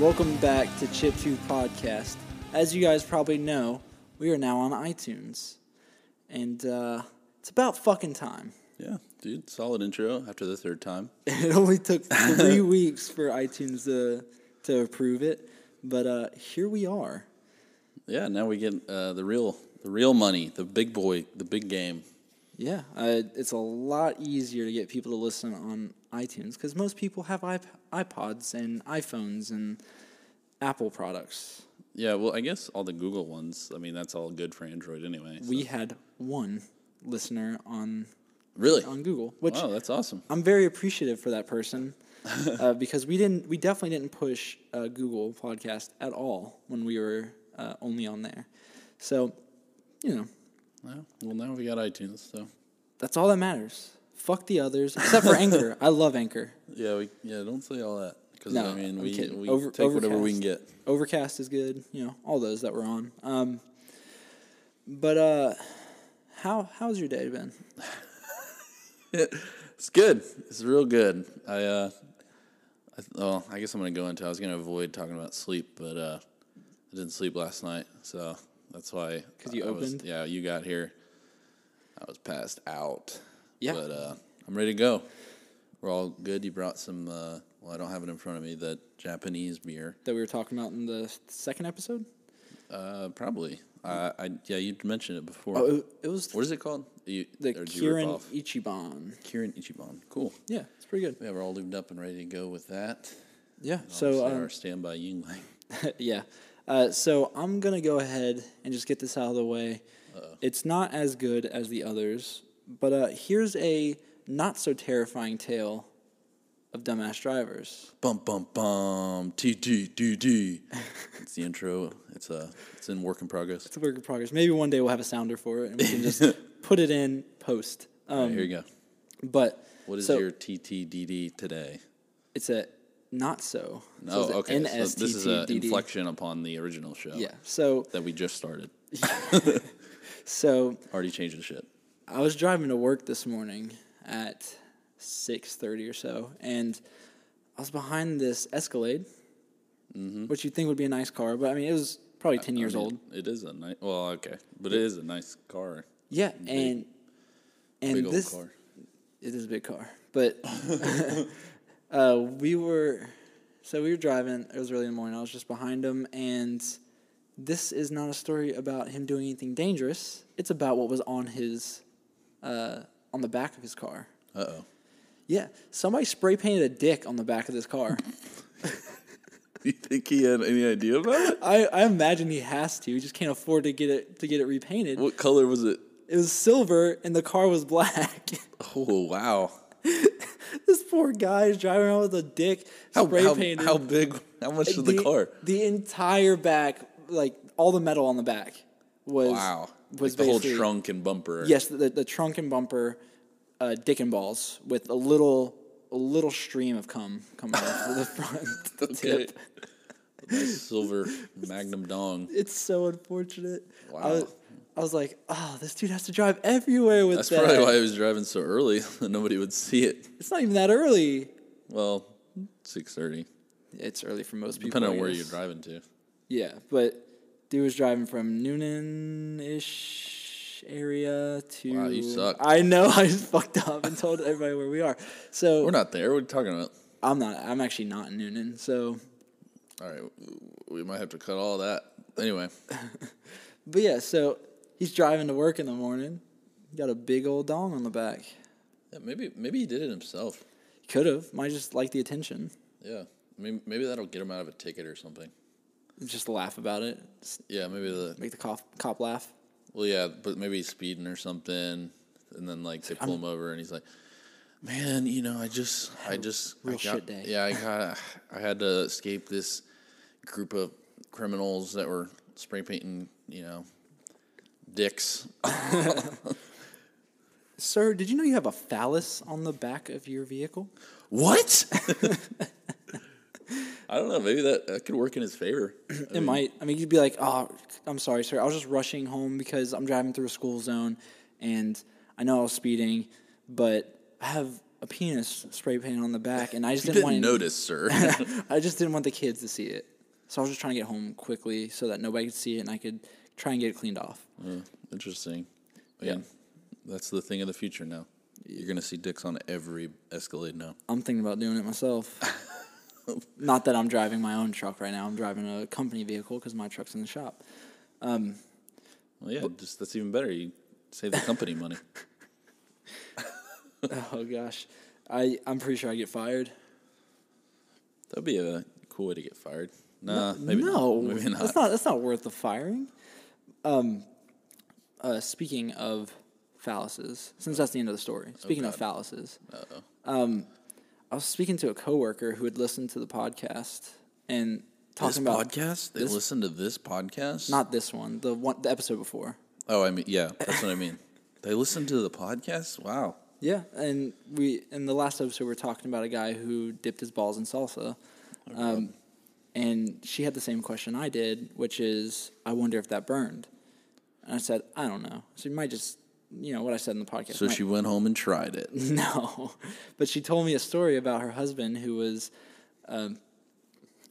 Welcome back to Chip 2 Podcast. As you guys probably know, we are now on iTunes. And uh, it's about fucking time. Yeah, dude, solid intro after the third time. It only took three weeks for iTunes to, to approve it. But uh, here we are. Yeah, now we get uh, the real the real money, the big boy, the big game. Yeah, uh, it's a lot easier to get people to listen on iTunes because most people have iP- iPods and iPhones and Apple products. Yeah, well, I guess all the Google ones. I mean, that's all good for Android anyway. so- We had one listener on really? on Google, which wow, that's awesome. I'm very appreciative for that person uh, because we didn't, we definitely didn't push uh, Google Podcast at all when we were uh, only on there. So, you know, Yeah, well, now we got iTunes, so that's all that matters. Fuck the others, except for Anchor. I love Anchor. yeah, we yeah don't say all that because No, I mean I'm we kidding. we Over- take whatever we can get. Overcast is good. You know, all those that were on. Um, but uh, how how's your day been? It's good. It's real good. I uh, I, well, I guess I'm gonna go into. I was gonna avoid talking about sleep, but uh, I didn't sleep last night, so that's why. 'Cause you I was- opened? yeah, you got here. I was passed out. Yeah. but uh, I'm ready to go. We're all good. You brought some. Uh, well, I don't have it in front of me. That Japanese beer, That we were talking about in the second episode. uh, probably. I, I yeah, you mentioned it before. Oh, it, it was what is it called? You, the or did you rip Kieran off? Ichiban. Kirin Ichiban. Cool. Yeah, it's pretty good. Yeah, we're all lubed up and ready to go with that. Yeah. Obviously, So um, our standby Yingling. yeah. Uh, so I'm gonna go ahead and just get this out of the way. It's not as good as the others, but uh, here's a not so terrifying tale of dumbass drivers. Bum bum bum. T T T T. It's the intro. It's uh, it's in work in progress. It's a work in progress. Maybe one day we'll have a sounder for it and we can just put it in post. Um, All right, here you go. But What is so your T T D D today? It's a not so. So oh, it's a okay. So this is an NSTTDD. inflection upon the original show. Yeah. So That we just started. so Already changed the shit. I was driving to work this morning at six thirty or so, and I was behind this Escalade, which you'd think would be a nice car, but I mean it was probably ten years Mm-hmm. I mean, old. It is a nice. Well, okay, but it is a nice car. Yeah, and and Big old this car. it is a big car, but uh, we were so we were driving. It was early in the morning. I was just behind him, and this is not a story about him doing anything dangerous. It's about what was on his uh, on the back of his car. Uh oh. Yeah, somebody spray painted a dick on the back of this car. Do you think he had any idea about it? I, I imagine he has to. He just can't afford to get it to get it repainted. What color was it? It was silver and the car was black. Oh wow. this poor guy is driving around with a dick How, spray how, painted. how big? How much did the car? The entire back, like all the metal on the back, was Wow. Was like the whole basically- trunk and bumper. Yes, the, the trunk and bumper, uh, dick and balls with a little a little stream of cum coming off the front the Okay. tip. Nice silver magnum dong. It's so unfortunate. I Wow. was, I was like, oh, this dude has to drive everywhere with That's that. probably why he was driving so early that nobody would see it. It's not even that early. Well, six thirty. It's early for most people. Depending on I where guess. you're driving to. Yeah, but dude was driving from Noonan ish area to. Wow, you suck. I know. I just fucked up and told everybody where we are. So We're not there. What are you talking about? I'm not. I'm actually not in Noonan. So, All right, we might have to cut all that. Anyway, but yeah, so he's driving to work in the morning. Got a big old dong on the back. yeah, maybe maybe he did it himself. Could have. Might just like the attention. Yeah, maybe, maybe that'll get him out of a ticket or something. Just laugh about it. Just Yeah, maybe the make the cop, cop laugh. well, yeah, but maybe he's speeding or something, and then like they pull him over, and he's like, "Man, you know, I just, I just, I real got- shit day." Yeah, I got, I had to escape this group of criminals that were spray painting, you know, dicks. Sir, did you know you have a phallus on the back of your vehicle? What? I don't know. Maybe that, that could work in his favor. I It might. I mean, you'd be like, "Oh, I'm sorry, sir. I was just rushing home because I'm driving through a school zone, and I know I was speeding, but I have a penis spray paint on the back, and I just You didn't, didn't want notice, sir. I just didn't want the kids to see it. So I was just trying to get home quickly so that nobody could see it, and I could try and get it cleaned off. Uh, interesting. But yeah, that's the thing of the future now. You're gonna see dicks on every Escalade now. I'm thinking about doing it myself. Not that I'm driving my own truck right now. I'm driving a company vehicle because my truck's in the shop. Well, yeah, just that's even better. You save the company money. Oh gosh, I I'm pretty sure I get fired. That'd be a cool way to get fired. Nah, maybe no, not. Maybe not. that's not that's not worth the firing. Um, uh, speaking of phalluses, since that's the end of the story. Speaking of phalluses, um, I was speaking to a coworker who had listened to the podcast and This talking about podcast? They this- listen to this podcast? not this one, the one the episode before. Oh, I mean, yeah, that's what I mean. They listen to the podcast. Wow. Yeah, and we in the last episode we were talking about a guy who dipped his balls in salsa, um, and she had the same question I did, which is, I wonder if that burned. And I said, I don't know. So you might just, you know, what I said in the podcast. So might- she went home and tried it. no, but she told me a story about her husband who was, um,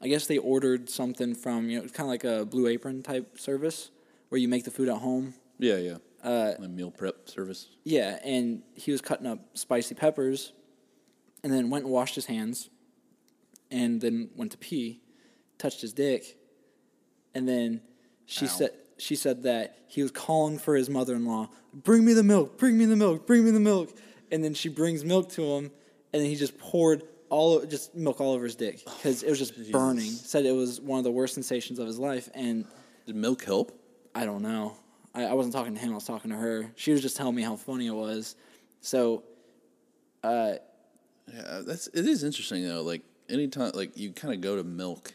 I guess they ordered something from you know kind of like a Blue Apron type service where you make the food at home. Yeah, yeah. Uh, meal prep service. Yeah, and he was cutting up spicy peppers, and then went and washed his hands, and then went to pee, touched his dick, and then she Ow. said she said that he was calling for his mother-in-law, "Bring me the milk, bring me the milk, bring me the milk," and then she brings milk to him, and then he just poured all o- just milk all over his dick because it was just burning. Said it was one of the worst sensations of his life, and Did milk help? I don't know. I, I wasn't talking to him. I was talking to her. She was just telling me how funny it was. So, Yeah, that's it is interesting though. Like anytime, like you kind of go to milk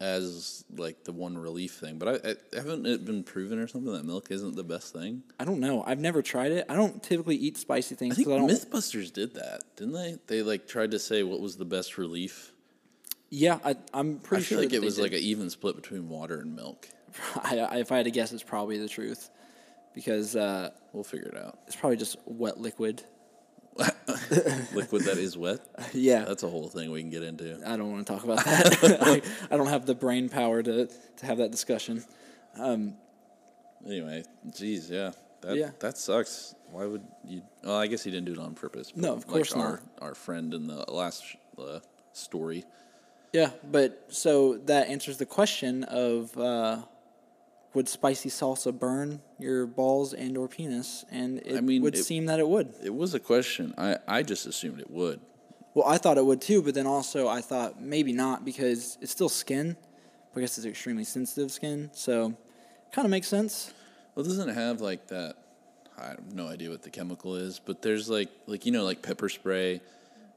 as like the one relief thing, but I, I haven't it been proven or something that milk isn't the best thing. I don't know. I've never tried it. I don't typically eat spicy I things. think 'cause I don't, MythBusters did that, didn't they? They like tried to say what was the best relief. yeah, I, I'm I pretty feel sure like that it they was like did. an even split between water and milk. I I- if I had to guess, it's probably the truth because uh, We'll figure it out. it's probably just wet liquid. Liquid that is wet. Yeah, That's a whole thing we can get into. I don't want to talk about that. I, I don't have the brain power to to have that discussion. Anyway, geez, yeah, that Yeah. that sucks. Why would you? Well, I guess he didn't do it on purpose. but No, of course like our, Our friend in the last sh- uh, story. Yeah, but so that answers the question of uh, would spicy salsa burn your balls and or penis? And it mean, would it- seem that it would. It was a question. I, I just assumed it would. Well, I thought it would too, but then also I thought maybe not because it's still skin. I guess it's extremely sensitive skin, so kind of makes sense. Well, it doesn't have like that. I have no idea what the chemical is, but there's like like you know like pepper spray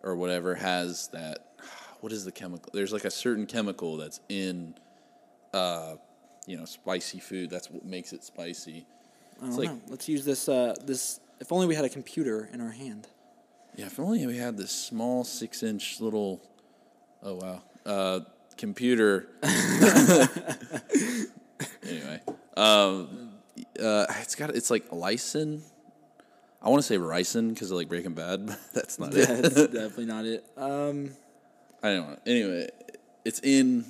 or whatever has that. What is the chemical? There's like a certain chemical that's in, uh, you know, spicy food. That's what makes it spicy. I It's don't like know. Let's use this. Uh, this. If only we had a computer in our hand. Yeah, if only we had this small six inch little, oh wow, uh, computer. anyway, um, uh, it's got it's like lysine. I want to say ricin because of like Breaking Bad, but that's not it. That's definitely not it. Um, I don't know. Anyway, it's in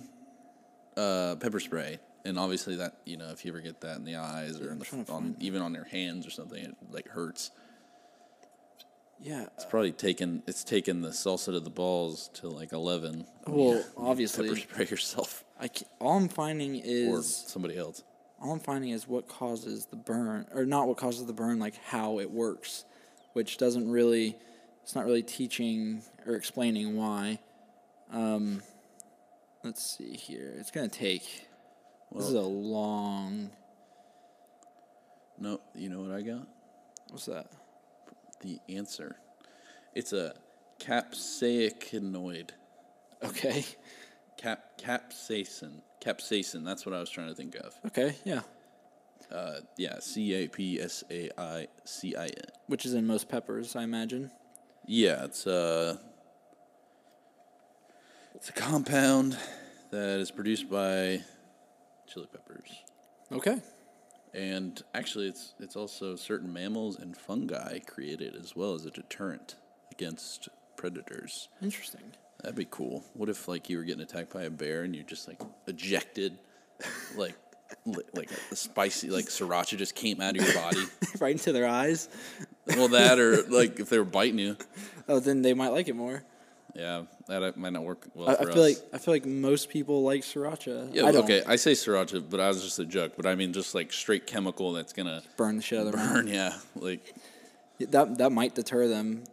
uh, pepper spray, and obviously that you know if you ever get that in the eyes or in trying the, to on, even on your hands or something, it like hurts. yeah. It's probably taken. It's taken the salsa to the balls to like eleven. Well, pepper obviously, spray yourself I ca- all I'm finding or is somebody else. all I'm finding is what causes the burn, or not what causes the burn, like how it works, which doesn't really, it's not really teaching or explaining why. Um, let's see here. It's going to take, this is a long, No, you know what I got? what's that? The answer. It's a capsaicinoid. Okay. Cap capsaicin. Capsaicin. That's what I was trying to think of. Okay, yeah. Uh, yeah, C A P S A I C I N. Which is in most peppers, I imagine. Yeah, it's uh It's a compound that is produced by chili peppers. Okay. And actually, it's it's also certain mammals and fungi created as well as a deterrent against predators. Interesting. That'd be cool. What if like you were getting attacked by a bear and you just like ejected, like li- like a spicy like sriracha just came out of your body. right into their eyes. well, that or like if they were biting you, Oh, then they might like it more. yeah, that uh, might not work well I, I for feel us. like I feel like most people like sriracha. yeah, I don't. okay, I say sriracha, but I was just a joke. But I mean, just like straight chemical that's gonna Burn the shit out of their mouth. burn. Yeah, like That that might deter them.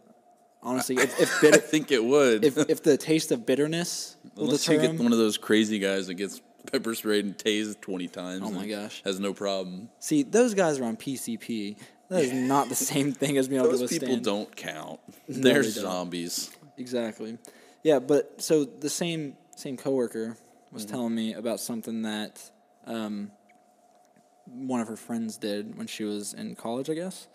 Honestly, if if, I bitter, think it would. if if the taste of bitterness will Unless deter you get them. one of those crazy guys that gets pepper sprayed and tased twenty times. Oh my and gosh. has no problem. See, those guys are on PCP. That is not the same thing as being able to Those withstand. people don't count. they They're don't. zombies. Uh, Exactly. Yeah, but so the same same coworker was Mm-hmm. telling me about something that um, one of her friends did when she was in college, I guess.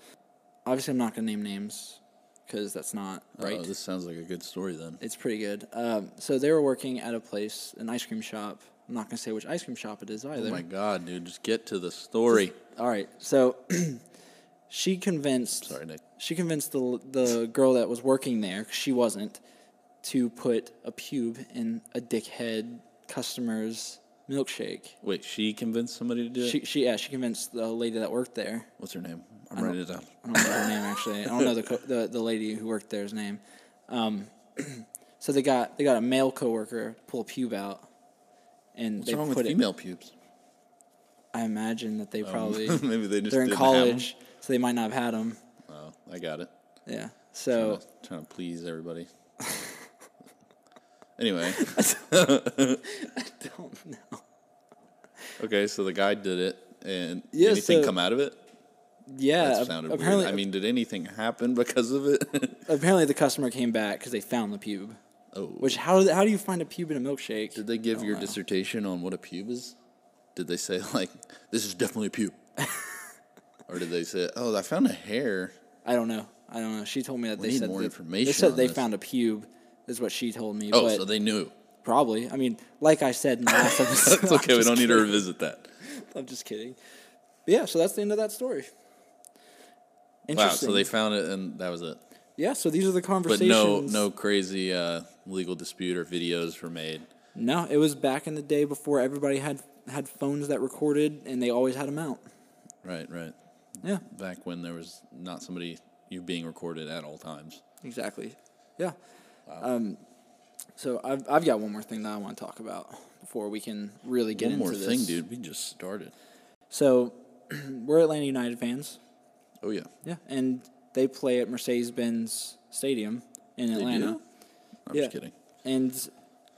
Obviously, I'm not gonna name names because that's not right. Oh, this sounds like a good story then. It's pretty good. Um, so they were working at a place, an ice cream shop. I'm not gonna say which ice cream shop it is either. Oh my god, dude, just get to the story. All right. So she convinced. Sorry, Nick. She convinced the the girl that was working there, 'cause she wasn't, to put a pube in a dickhead customer's milkshake. Wait, she convinced somebody to do it. She she yeah she convinced the lady that worked there. What's her name? I'm writing it down. I don't know her name actually. I don't know the co- the, the lady who worked there's name. Um, so they got they got a male coworker pull a pube out, and What's they wrong put with it. female pubes? I imagine that they probably Maybe they Um, just they're in didn't have 'em. college, so they might not have had them. Oh, I got it. Yeah. So Trying to- trying to please everybody. anyway, I don't know. okay, so the guy did it, and Yeah, anything so- come out of it? Yeah. That ap- sounded apparently, weird. I mean, did anything happen because of it? apparently the customer came back because they found the pube. oh, Which how do how do you find a pube in a milkshake? did they give don't your know. dissertation on what a pube is? Did they say like, "This is definitely a pube," or did they say, "Oh, I found a hair"? I don't know. I don't know. She told me that We they need said more that- They information said on they this. found a pube. Is what she told me. Oh, but so they knew. probably. I mean, like I said in the last episode. It's okay. We don't need to revisit that. to. I'm just kidding. But yeah. So that's the end of that story. Wow. Interesting. So they found it, and that was it. yeah. So these are the But conversations. no, no crazy uh, legal dispute or videos were made. No, it was back in the day before everybody had had phones that recorded, and they always had them out. Right. Right. Yeah. Back when there was not somebody you being recorded at all times. Exactly. Yeah. Um, so I've I've got one more thing that I want to talk about before we can really get One into more this. thing, dude. We just started. So we're Atlanta United fans. Oh yeah. Yeah, and they play at Mercedes-Benz Stadium in Atlanta. do? I'm Yeah. just kidding. And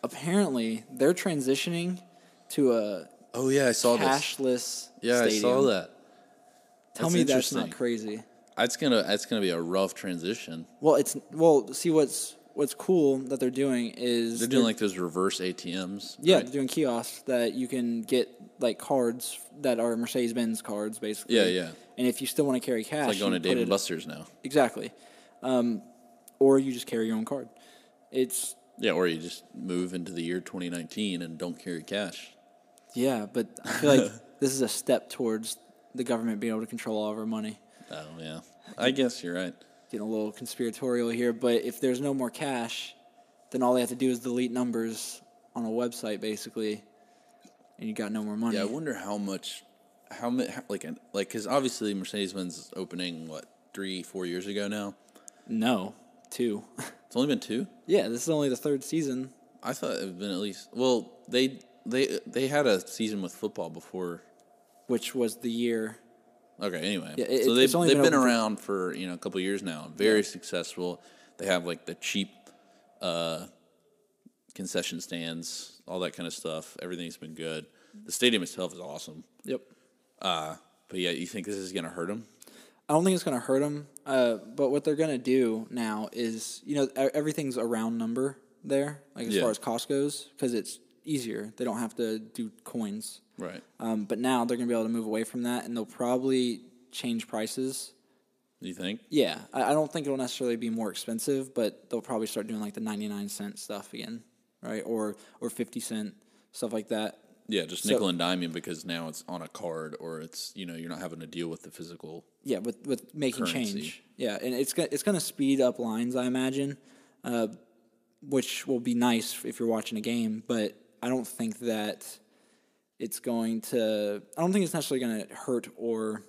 apparently they're transitioning to a Oh yeah, I saw this. cashless Yeah, stadium. I saw that. Tell That's me that's not interesting. crazy. It's gonna it's gonna be a rough transition. Well, it's well, see what's what's cool that they're doing is They're doing like those reverse ATMs. Yeah, right? they're doing kiosks that you can get like cards that are Mercedes Benz cards, basically. Yeah, yeah. And if you still want to carry cash, It's like going you to put Dave it- and Buster's now. Exactly, um, or you just carry your own card. It's Yeah, or you just move into the year 2019 and don't carry cash. yeah, but I feel like this is a step towards the government being able to control all of our money. Oh yeah, I guess you're right. Getting a little conspiratorial here, but if there's no more cash, then all they have to do is delete numbers on a website, basically, and you got no more money. Yeah, I wonder how much, how much, like, an, like, because obviously Mercedes Benz opening what three, four years ago now. no, two. It's only been two. yeah, this is only the third season. I thought it had been at least. Well, they they they had a season with football before. which was the year. Okay, anyway, Yeah, it- so it's they've only they've been been, open for- around for you know a couple years now. Very successful. They have like the cheap uh, concession stands, all that kind of stuff. Everything's been good. The stadium itself is awesome. Yep. Uh, but yeah, you think this is gonna hurt them? I don't think it's going to hurt them. Uh, but what they're going to do now is, you know, e- everything's a round number there, like as Yeah. far as cost goes, because it's easier. They don't have to do coins. Right. Um, but now they're going to be able to move away from that, and they'll probably change prices. You think? Yeah, I, I don't think it'll necessarily be more expensive, but they'll probably start doing like the ninety nine cent stuff again. right? Or or fifty cent stuff like that. Yeah, just nickel and dime you because now it's on a card or it's you know you're not having to deal with the physical. Yeah, with with making Currency. change. Yeah, and it's gonna it's gonna speed up lines, I imagine, uh, which will be nice if you're watching a game. But I don't think that it's going to. I don't think it's necessarily gonna hurt or.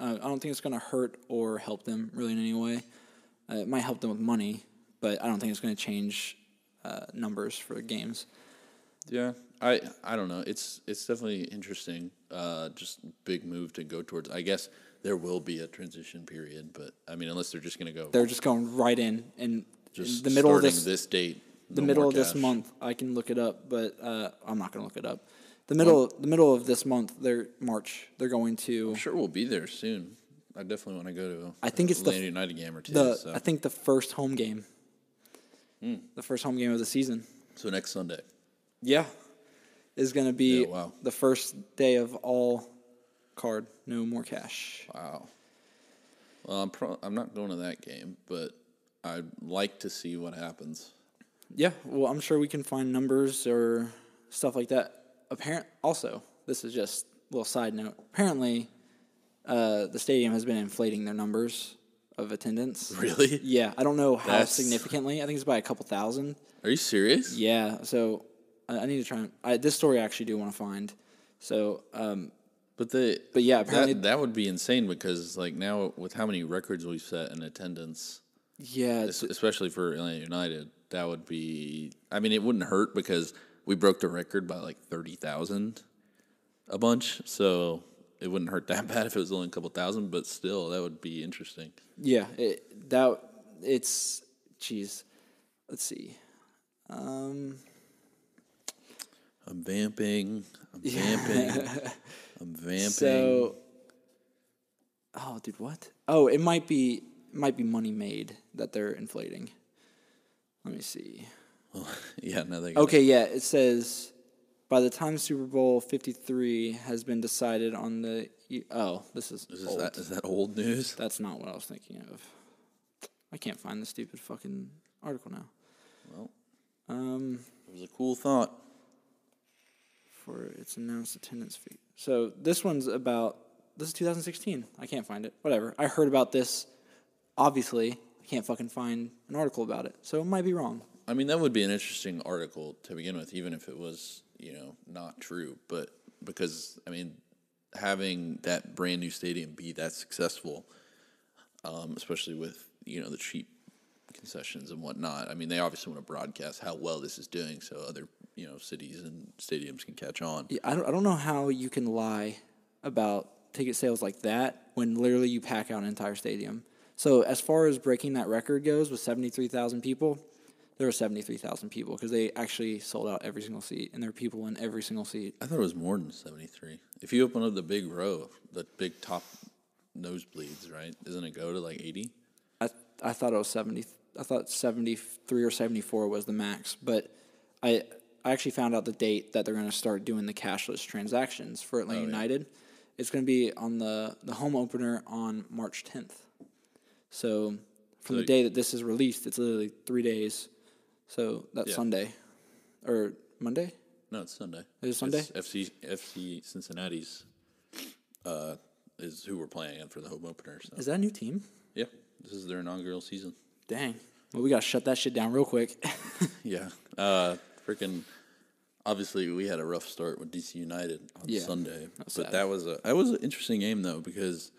Uh, I don't think it's gonna hurt or help them really in any way. Uh, it might help them with money, but I don't think it's gonna change uh, numbers for games. Yeah, I I don't know. It's it's definitely interesting. Uh, just big move to go towards. I guess there will be a transition period, but I mean, unless they're just gonna go They're just going right in, and just in the middle of starting this date, the no middle more of this cash. month. I can look it up, but uh, I'm not going to look it up. The middle, the middle of this month, they're March. They're going to. I'm sure we'll be there soon. I definitely want to go to. I think it's the- Atlanta United game or two. The so. Hmm. I think the first home game, the first home game of the season. so next Sunday. Yeah, is going to be Yeah, wow. the first day of all card, no more cash. Wow. Well, I'm pro- I'm not going to that game, but I'd like to see what happens. Yeah, well, I'm sure we can find numbers or stuff like that. Apparent. Also, this is just a little side note. Apparently, uh, the stadium has been inflating their numbers of attendance. Really? Yeah, I don't know how That's- significantly. I think it's by a couple thousand. Are you serious? Yeah, so I, I need to try. And, I, this story I actually do want to find. So, um, But they. But yeah, that- apparently- that, would be insane because like now with how many records we've set in attendance, yeah, it's, es- especially for Atlanta United, that would be. I mean, it wouldn't hurt because we broke the record by like thirty thousand, a bunch. So it wouldn't hurt that bad if it was only a couple thousand. But still, that would be interesting. yeah, it, that it's. Jeez, let's see. Um, I'm vamping. I'm vamping. I'm vamping. So, oh, dude, what? Oh, it might be it might be money made that they're inflating. Let me see. yeah, no, they got Okay, yeah, it says by the time Super Bowl Fifty Three has been decided on the. e- Oh, this is, Is old. that is that old news? That's not what I was thinking of. I can't find the stupid fucking article now. Well, Um, it was a cool thought. for its announced attendance fee. So this one's about this is 2016. I can't find it. Whatever. I heard about this. Obviously, I can't fucking find an article about it. So it might be wrong. I mean, that would be an interesting article to begin with, even if it was you know not true. But because I mean, having that brand new stadium be that successful, um, especially with you know the cheap concessions and whatnot. I mean, they obviously want to broadcast how well this is doing, so other you know cities and stadiums can catch on. Yeah, I don't, I don't know how you can lie about ticket sales like that when literally you pack out an entire stadium. So as far as breaking that record goes with 73,000 people, there were 73,000 people because they actually sold out every single seat and there were people in every single seat. I thought it was more than 73. If you open up the big row, the big top nosebleeds, right? Doesn't it go to like 80? I I thought it was seventy. I thought seventy three or seventy four was the max, but I I actually found out the date that they're going to start doing the cashless transactions for Oh, Atlanta United. It's going to be on the the home opener on March tenth. So from the So- day that this is released, it's literally three days. So that's Yeah. Sunday or Monday. No, it's Sunday. It is Sunday? It's FC FC Cincinnati's uh, is who we're playing at for the home opener. So Is that a new team? yeah, this is their inaugural season. Dang. Well, we got to shut that shit down real quick. Yeah, uh, freaking. Obviously, we had a rough start with DC United on Yeah, Sunday, but was sad. that was a that was an interesting game though because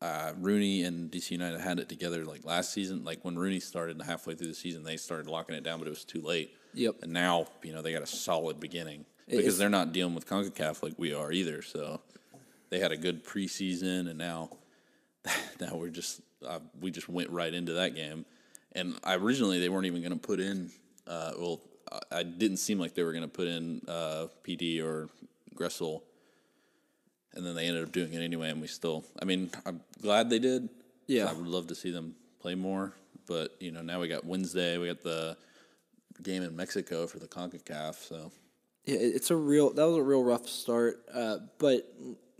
uh, Rooney and DC United had it together like last season. Like when Rooney started halfway through the season, they started locking it down, but it was too late. Yep. And now you know they got a solid beginning It- because it's- they're not dealing with Concacaf like we are either. So they had a good preseason, and now now we're just uh, we just went right into that game, and I, originally they weren't even going to put in. Uh, well, I, I didn't seem like they were going to put in uh, PD or Gressel, and then they ended up doing it anyway. And we still, I mean, I'm glad they did. 'cause Yeah. I would love to see them play more, but you know, now we got Wednesday, we got the game in Mexico for the Concacaf, so Yeah, it- it's a real that was a real rough start. Uh, but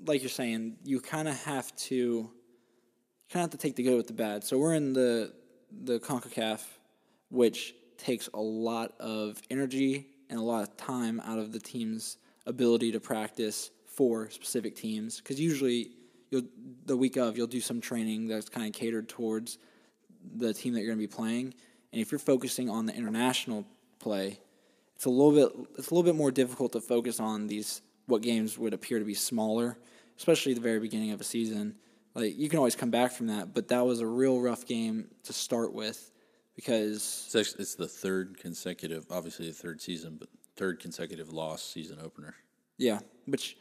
like you're saying, you kind of have to, you kind of have to take the good with the bad. So we're in the the Concacaf, which takes a lot of energy and a lot of time out of the team's ability to practice for specific teams. Because usually, you'll the week of you'll do some training that's kind of catered towards the team that you're going to be playing. And if you're focusing on the international play, it's a little bit it's a little bit more difficult to focus on these what games would appear to be smaller, especially the very beginning of a season. Like you can always come back from that, but that was a real rough game to start with because It's, actually, it's the third consecutive, obviously the third season, but third consecutive loss season opener. yeah, which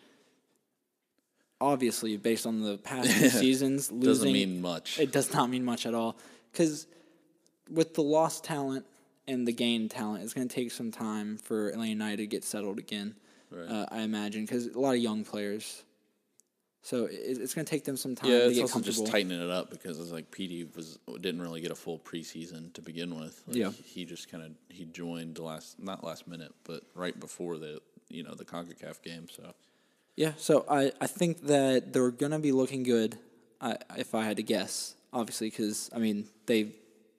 obviously based on the past few seasons losing Doesn't mean much. It does not mean much at all. Because with the lost talent and the gained talent, it's going to take some time for Atlanta United to get settled again, uh, I imagine, because a lot of young players. So it, it's going to take them some time yeah, to it's get also comfortable. just tightening it up because it's like PD was didn't really get a full preseason to begin with. Like, Yeah. he just kind of he joined last not last minute, but right before the you know the Concacaf game. So Yeah, so I, I think that they're going to be looking good, I, if I had to guess, obviously, because, I mean, they've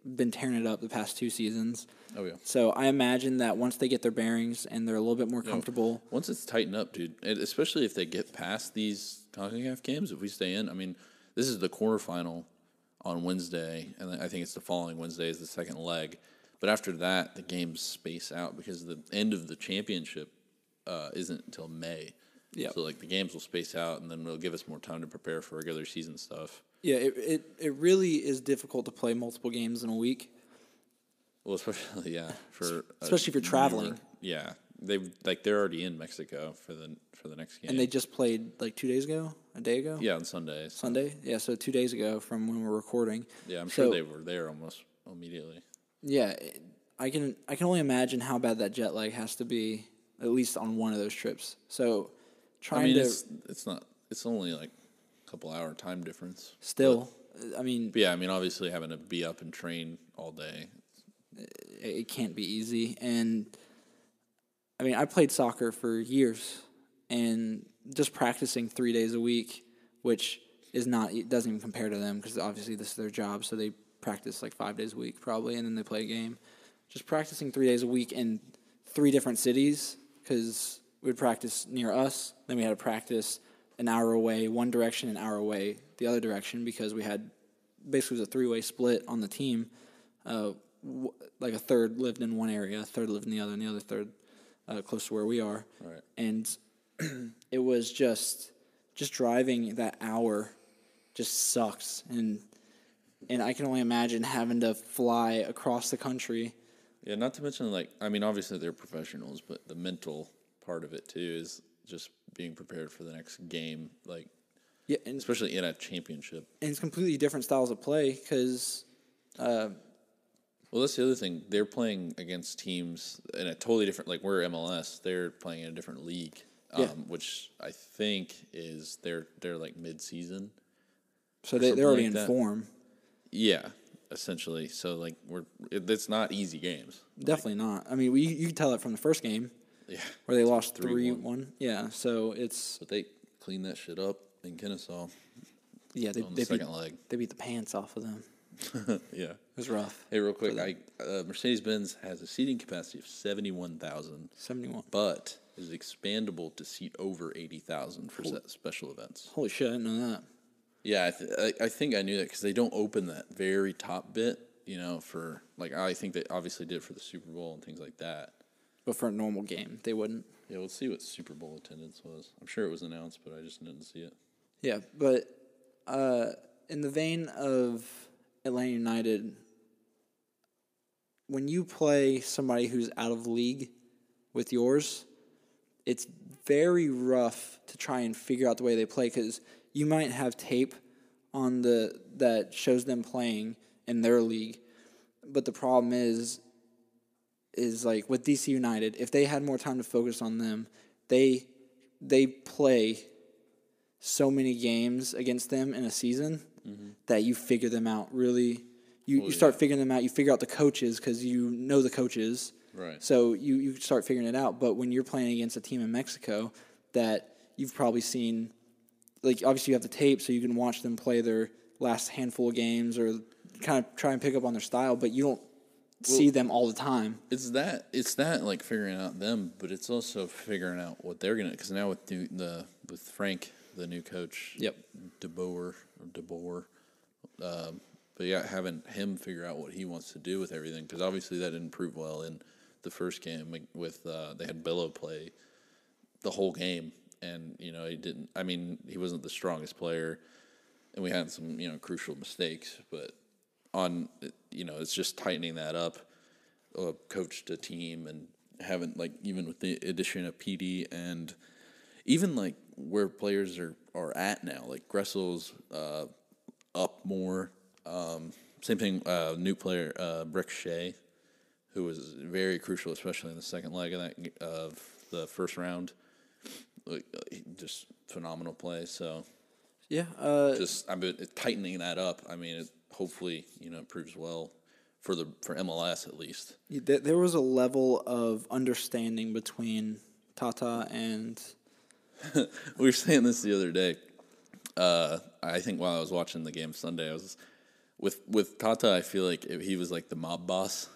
been tearing it up the past two seasons. oh yeah, So I imagine that once they get their bearings and they're a little bit more comfortable. Once it's tightened up, dude, and especially if they get past these CONCACAF games, if we stay in, I mean, this is the quarterfinal on Wednesday, and I think it's the following Wednesday is the second leg. But after that, the games space out because the end of the championship uh, isn't until May. Yeah. So, like, the games will space out, and then it'll give us more time to prepare for regular season stuff. Yeah, it, it, it really is difficult to play multiple games in a week. Well, especially, yeah. for a Especially if you're traveling. newer- yeah. They like they're already in Mexico for the for the next game. And they just played like two days ago, a day ago? yeah on Sundays. Sunday? Yeah, so two days ago from when we're recording. Yeah, I'm So- sure they were there almost immediately. Yeah, it- I can I can only imagine how bad that jet lag has to be, at least on one of those trips. So I trying mean, to it's it's not it's only like a couple hour time difference. still, I mean, But yeah, I mean, obviously having to be up and train all day. it, it can't be easy. And I mean, I played soccer for years, and just practicing three days a week, which is not it doesn't even compare to them because obviously this is their job, so they practice like five days a week probably, and then they play a game. Just practicing three days a week in three different cities because we would practice near us, then we had to practice an hour away, one direction, an hour away, the other direction because we had basically it was a three way split on the team uh, w- like a third lived in one area, a third lived in the other, and the other third uh, close to where we are. Right. And it was just just driving that hour just sucks, and and I can only imagine having to fly across the country. Yeah, not to mention like I mean, obviously they're professionals, but the mental part of it too is just being prepared for the next game, like Yeah, and, especially in a championship. and it's completely different styles of play because Well, that's the other thing. They're playing against teams in a totally different, like we're MLS. They're playing in a different league, um, Yeah. which I think is they're they're like mid season. so they, something they're already like in that. form. Yeah, essentially. So like we're it, it's not easy games. Definitely not. I mean, we you could tell it from the first game Yeah, where they lost three 3-1. one. Yeah, so it's but they cleaned that shit up in Kennesaw yeah they on they the beat, second leg. they beat the pants off of them. yeah. It was rough. Hey, real quick, I, uh, Mercedes Benz has a seating capacity of seventy one thousand, 71. but is expandable to seat over eighty thousand for se- special events. Holy shit, I didn't know that. Yeah, I, th- I, I think I knew that because they don't open that very top bit. You know, for like I think they obviously did it for the Super Bowl and things like that. But for a normal game, they wouldn't. Yeah, we'll see what Super Bowl attendance was. I'm sure it was announced, but I just didn't see it. Yeah, but uh, in the vein of Atlanta United, when you play somebody who's out of league with yours, it's very rough to try and figure out the way they play because you might have tape on the that shows them playing in their league, but the problem is is like with DC United, if they had more time to focus on them, they they play so many games against them in a season that you figure them out really. You, you start figuring them out. You figure out the coaches because you know the coaches. Right. So you, you start figuring it out. But when you're playing against a team in Mexico that you've probably seen, like obviously you have the tape so you can watch them play their last handful of games or kind of try and pick up on their style, but you don't see them all the time. It's that it's that like figuring out them, but it's also figuring out what they're gonna. Because now with new, the with Frank, the new coach, Yep. DeBoer or DeBoer, um, but yeah, having him figure out what he wants to do with everything. Because obviously that didn't prove well in the first game like, with uh, they had Bello play the whole game, and you know he didn't. I mean he wasn't the strongest player, and we had some you know crucial mistakes, but on you know it's just tightening that up uh, coach to team and haven't like even with the addition of PD and even like where players are, are at now like Gressel's uh, up more um, same thing uh, new player uh, Brick Shea who was very crucial especially in the second leg of that of the first round like uh, he- just phenomenal play so Yeah. Uh, just I mean, it- tightening that up. I mean, it hopefully you know proves well for the for MLS at least. y- there, there was a level of understanding between Tata and We were saying this the other day. Uh, I think while I was watching the game Sunday, I was with with Tata. I feel like he was like the mob boss.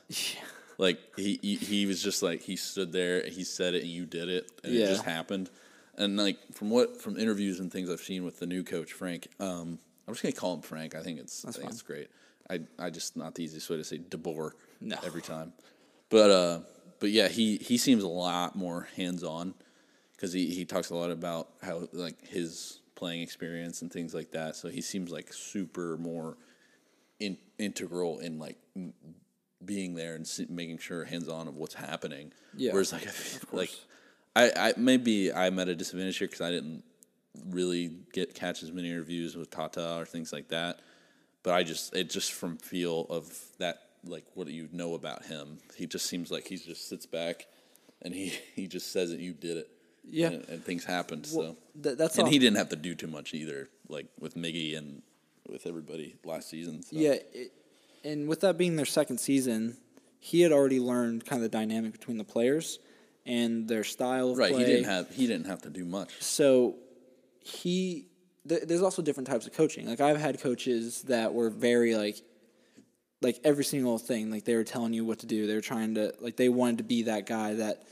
Like he, he he was just like he stood there, he said it, and you did it, and it Yeah. just happened. And like from what from interviews and things I've seen with the new coach Frank, um, I'm just gonna call him Frank. I think it's I think it's great. I I just not the easiest way to say DeBoer No. every time, but uh, but yeah, he he seems a lot more hands on because he he talks a lot about how like his playing experience and things like that. So he seems like super more in, integral in like m- being there and se- making sure hands on of what's happening. Yeah, Whereas like I feel like I, I maybe I'm at a disadvantage here because I didn't really get catch as many interviews with Tata or things like that. But I just it just from feel of that like what you know about him, he just seems like he just sits back and he he just says it. You did it. Yeah. and, and things happened. so th- that's and all- he didn't have to do too much either, like with Miggy and with everybody last season. So. Yeah, it, and with that being their second season, he had already learned kind of the dynamic between the players and their style of right. play. He didn't have he didn't have to do much. So he th- there's also different types of coaching. Like I've had coaches that were very like like every single thing like they were telling you what to do. They were trying to like they wanted to be that guy that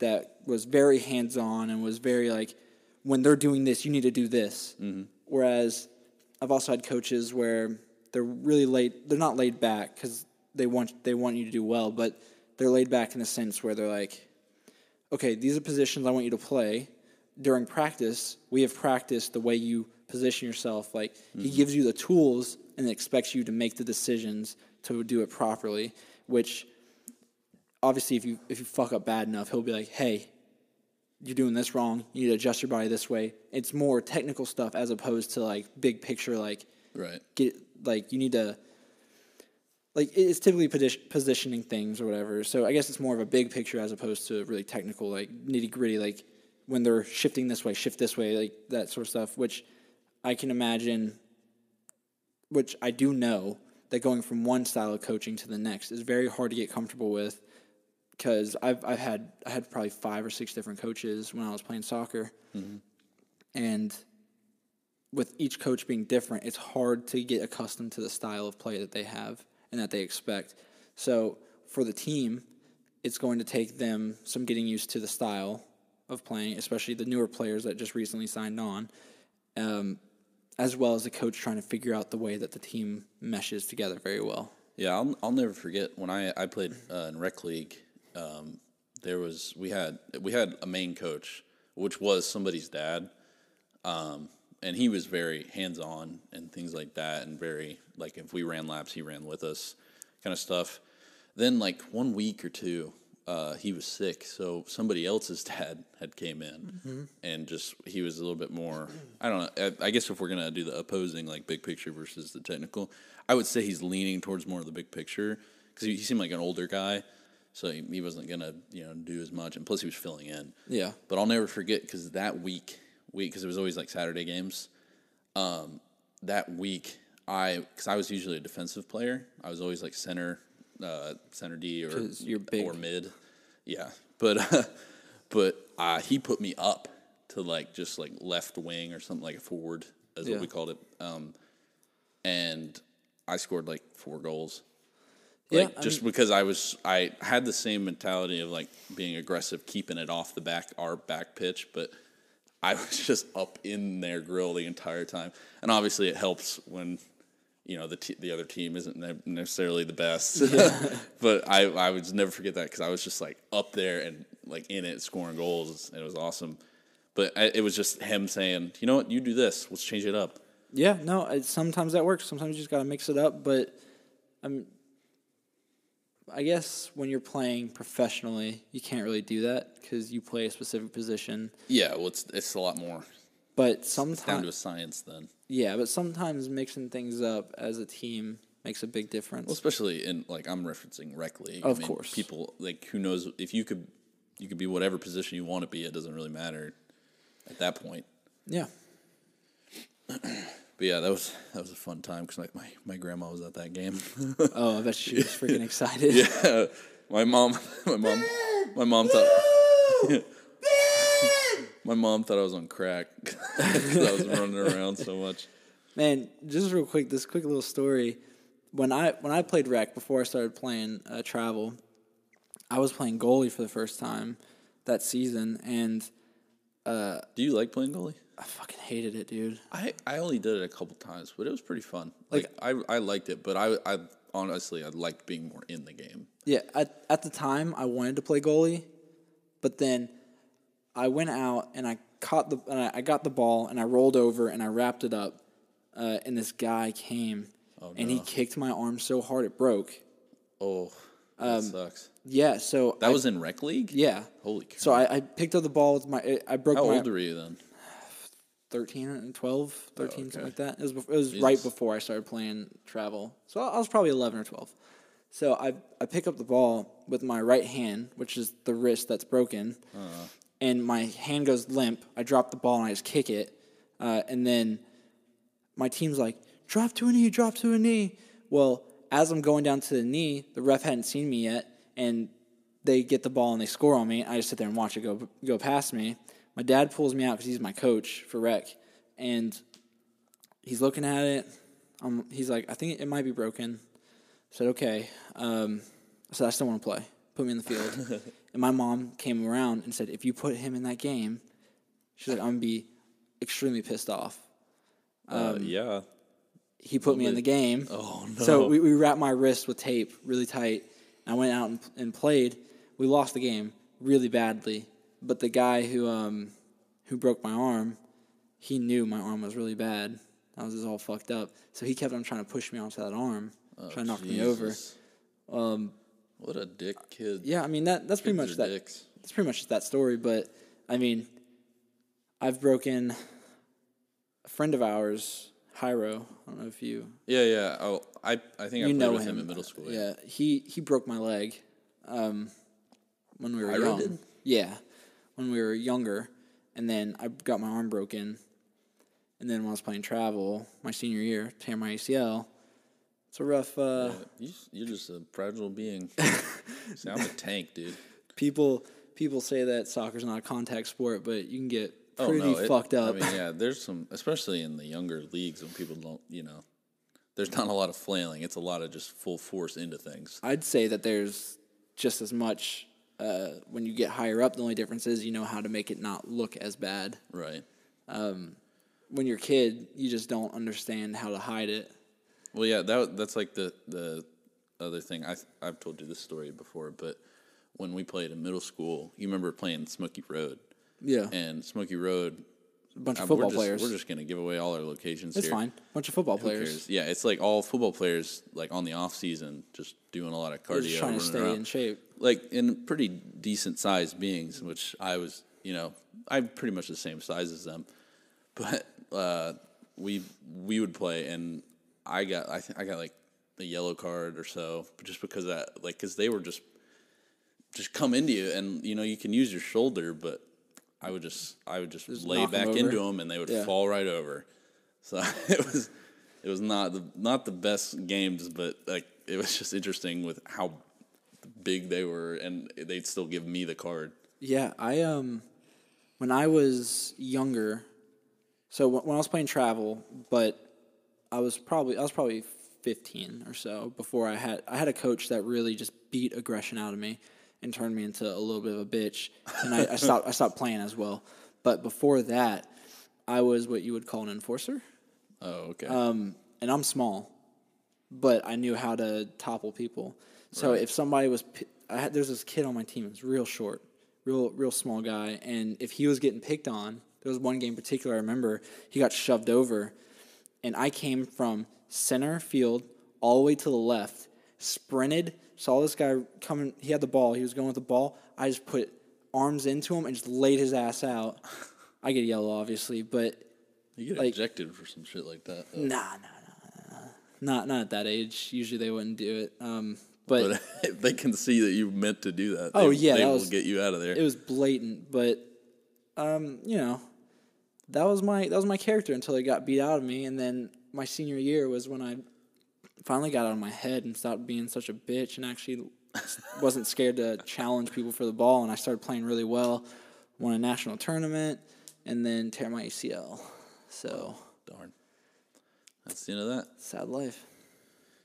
that was very hands-on and was very like when they're doing this you need to do this. Mm-hmm. Whereas I've also had coaches where they're really laid they're not laid back cuz they want they want you to do well, but they're laid back in a sense where they're like okay, these are positions I want you to play. During practice, we have practiced the way you position yourself. Like he gives you the tools and expects you to make the decisions to do it properly. Which obviously, if you if you fuck up bad enough, he'll be like, "Hey, you're doing this wrong. You need to adjust your body this way." It's more technical stuff as opposed to like big picture, like Right. get like you need to like it- it's typically posi- positioning things or whatever. So I guess it's more of a big picture as opposed to really technical, like nitty gritty, like when they're shifting this way, shift this way, like that sort of stuff. Which I can imagine, which I do know that going from one style of coaching to the next is very hard to get comfortable with. Because I've I've had I had probably five or six different coaches when I was playing soccer, and with each coach being different, it's hard to get accustomed to the style of play that they have and that they expect. So for the team, it's going to take them some getting used to the style of playing, especially the newer players that just recently signed on, um, as well as the coach trying to figure out the way that the team meshes together very well. Yeah, I'll, I'll never forget when I, I played uh, in rec league. Um, there was we had we had a main coach, which was somebody's dad, um, and he was very hands on and things like that, and very like if we ran laps, he ran with us, kind of stuff. Then like one week or two, uh, he was sick, so somebody else's dad had came in, and just he was a little bit more. I don't know. I, I guess if we're gonna do the opposing, like big picture versus the technical, I would say he's leaning towards more of the big picture because he, he seemed like an older guy, so he, he wasn't gonna you know do as much, and plus he was filling in. Yeah. But I'll never forget because that week, week because it was always like Saturday games. Um, that week, I because I was usually a defensive player. I was always like center, uh, center D or 'Cause you're big. or mid. Yeah, but uh, but uh, he put me up to like just like left wing or something like a forward, as Yeah. what we called it. Um, and I scored like four goals. Yeah, Like I just because I was I had the same mentality of like being aggressive, keeping it off the back our back pitch, but I was just up in their grill the entire time. And obviously it helps when you know the te- the other team isn't ne- necessarily the best. but I I would never forget that cuz I was just like up there and like in it scoring goals and it was awesome. But I, it was just him saying, "You know what? You do this. Let's change it up." Yeah, no, it, sometimes that works. Sometimes you just got to mix it up. But I'm, I guess when you're playing professionally, you can't really do that because you play a specific position. Yeah, well it's it's a lot more But down to a sometimes, science then. yeah, but sometimes mixing things up as a team makes a big difference. Well, especially in like I'm referencing rec league. Of course. people like who knows if you could, you could be whatever position you want to be. It doesn't really matter at that point. yeah, But yeah, that was that was a fun time because like my my grandma was at that game. Oh, I bet she was freaking excited. yeah, my mom, my mom, my mom thought. My mom thought I was on crack 'cause I was running around so much. Man, just real quick, this quick little story. When I when I played rec before I started playing uh, travel, I was playing goalie for the first time that season, and Do you like playing goalie? I fucking hated it, dude. I, I only did it a couple times, but it was pretty fun. Like, I, I liked it, but I I honestly I liked being more in the game. Yeah, at at the time I wanted to play goalie, but then I went out and I caught the and I, I got the ball and I rolled over and I wrapped it up, uh, and this guy came and he kicked my arm so hard it broke. Oh, that sucks. Yeah, so That was in rec league. um, Yeah. Holy cow. So I, I picked up the ball with my I- I broke How my old were you then? 13 and 12, 13 something Oh, okay. like that. It was bef- it was right Jesus. before I started playing travel. So I I was probably 11 or 12. So I I pick up the ball with my right hand, which is the wrist that's broken. And my hand goes limp. I drop the ball and I just kick it. Uh, and then my team's like, drop to a knee, drop to a knee. Well, as I'm going down to the knee, the ref hadn't seen me yet, and they get the ball and they score on me. I just sit there and watch it go go past me. My dad pulls me out because he's my coach for rec, and he's looking at it. Um, he's like, I think it might be broken. I said, okay. Um, I said, I still want to play. Put me in the field. and my mom came around and said, if you put him in that game, she's like, I'm gonna be extremely pissed off um, uh, yeah. he put me in the game. Oh, So no. we, we wrapped my wrist with tape really tight. And I went out and, and played. We lost the game really badly, but the guy who um, who broke my arm, he knew my arm was really bad. I was just all fucked up. So he kept on trying to push me onto that arm, trying to knock me over. Oh, Um, Jesus. what a dick kid. Yeah, I mean that that's pretty Kids much are that. dicks. That's pretty much that story. But I mean, I've broken a friend of ours, Hyro. I don't know if you Yeah, yeah. Oh, I I think I you played know with him. him. in middle school. Yeah, he he broke my leg um, when we were Hyro young. did? Yeah, when we were younger, and then I got my arm broken, and then when I was playing travel my senior year, tear my ACL. It's a rough. Uh, You, you're just a fragile being. See, I'm a tank, dude. People people say that soccer's not a contact sport, but you can get Oh pretty no, it- fucked up. I mean, yeah. There's some, especially in the younger leagues, when people don't, you know, there's not a lot of flailing. It's a lot of just full force into things. I'd say that there's just as much. Uh, when you get higher up, the only difference is you know how to make it not look as bad. Right. when you're a kid, you just don't understand how to hide it. Well, yeah, that that's like the the other thing. I I've told you this story before, but when we played in middle school, you remember playing Smoky Road, Yeah, and Smoky Road. a bunch uh, of we're football just, players. We're just gonna give away all our locations. it's here. fine. bunch of football Who players. cares? Yeah, it's like all football players, like on the off season, just doing a lot of cardio, Just trying to running stay around. in shape. like in pretty decent sized beings, which I was, you know, I'm pretty much the same size as them, but uh, we we would play, and I got I think I got like a yellow card or so, but just because that like because they were just just come into you, and you know you can use your shoulder, but I would just I would just, lay knock 'em back over. into them, and they would Yeah. fall right over. So it was it was not the not the best games, but like it was just interesting with how big they were, and they'd still give me the card. Yeah, I um, when I was younger, so wh- when I was playing travel, but I was probably I was probably 15 or so before I had I had a coach that really just beat aggression out of me and turned me into a little bit of a bitch and I, I stopped I stopped playing as well. But before that, I was what you would call an enforcer. Oh, okay. Um, and I'm small, but I knew how to topple people. So if somebody was, pi- I had, there's this kid on my team. He's real short, real real small guy, and if he was getting picked on, there was one game in particular I remember he got shoved over, and I came from center field all the way to the left, sprinted, saw this guy coming. He had the ball. He was going with the ball. I just put arms into him and just laid his ass out. I get yellow, obviously, but you get like- ejected for some shit like that. though. Nah, nah, nah, nah. Not not at that age. Usually they wouldn't do it. Um, but But if they can see that you meant to do that, they, Oh, yeah, they that will was- get you out of there. it was blatant. But um, you know, that was my that was my character until it got beat out of me, and then my senior year was when I finally got out of my head and stopped being such a bitch and actually wasn't scared to challenge people for the ball, and I started playing really well, won a national tournament, and then tear my ACL. So Darn. That's the end of that. sad life.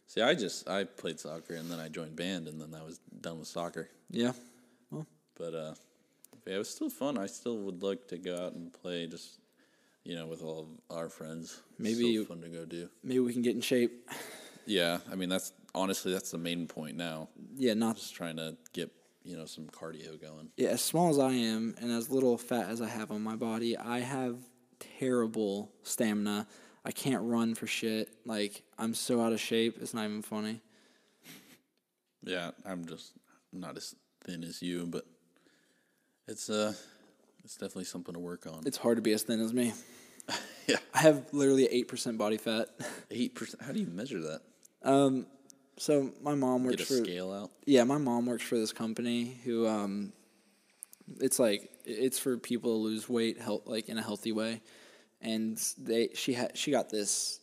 See, I just I played soccer and then I joined band and then I was done with soccer. Yeah. But uh, yeah, it was still fun. I still would like to go out and play just you know with all of our friends. It's Maybe still you- fun to go do. Maybe we can get in shape. Yeah, I mean that's honestly that's the main point now. Yeah, not Just trying to get you know some cardio going. Yeah, as small as I am and as little fat as I have on my body, I have terrible stamina. I can't run for shit. Like I'm so out of shape. It's not even funny. Yeah, I'm just not as thin as you, but it's uh it's definitely something to work on. It's hard to be as thin as me. Yeah. I have literally eight percent body fat. Eight percent. How do you measure that? Um, so my mom works Get a for scale out. yeah, my mom works for this company who um it's like it's for people to lose weight help like in a healthy way. And they she had she got this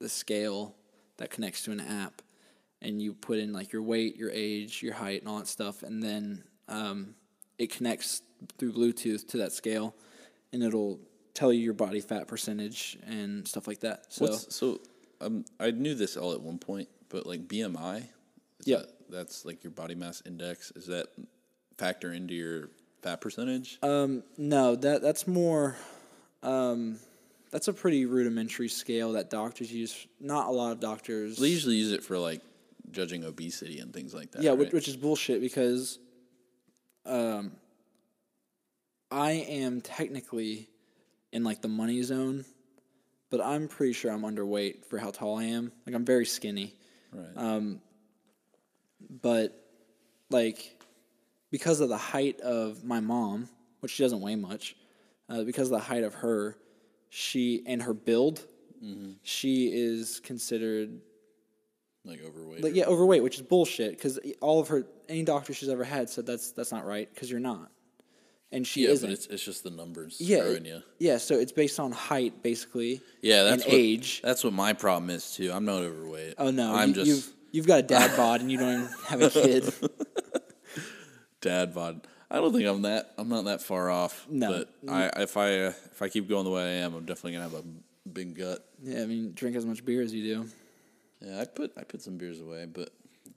this scale that connects to an app and you put in like your weight, your age, your height and all that stuff and then um it connects through Bluetooth to that scale and it'll tell you your body fat percentage and stuff like that. So What's, so um, I knew this all at one point, but like BMI, is Yeah. that- that's like your body mass index. Is that factor into your fat percentage? Um, no, that that's more. Um, that's a pretty rudimentary scale that doctors use. Not a lot of doctors. they usually use it for like judging obesity and things like that. yeah, right? which, which is bullshit because, um, I am technically in like the money zone, but I'm pretty sure I'm underweight for how tall I am. Like I'm very skinny. right. um, but like because of the height of my mom, which she doesn't weigh much, uh, because of the height of her, she and her build, Mm-hmm. she is considered like overweight. like or- yeah overweight, which is bullshit because all of her any doctor she's ever had said that's that's not right because you're not, and she yeah, but isn't. it's, it's just the numbers Yeah, throwing it- you. yeah. So it's based on height basically. Yeah, that's and what, age. That's what my problem is too. I'm not overweight. Oh no, I'm you, just you've you've got a dad bod and you don't even have a kid. dad bod. I don't think I'm that. I'm not that far off. No. but I, if I uh, if I keep going the way I am, I'm definitely gonna have a big gut. yeah, I mean drink as much beer as you do. Yeah, I put I put some beers away, but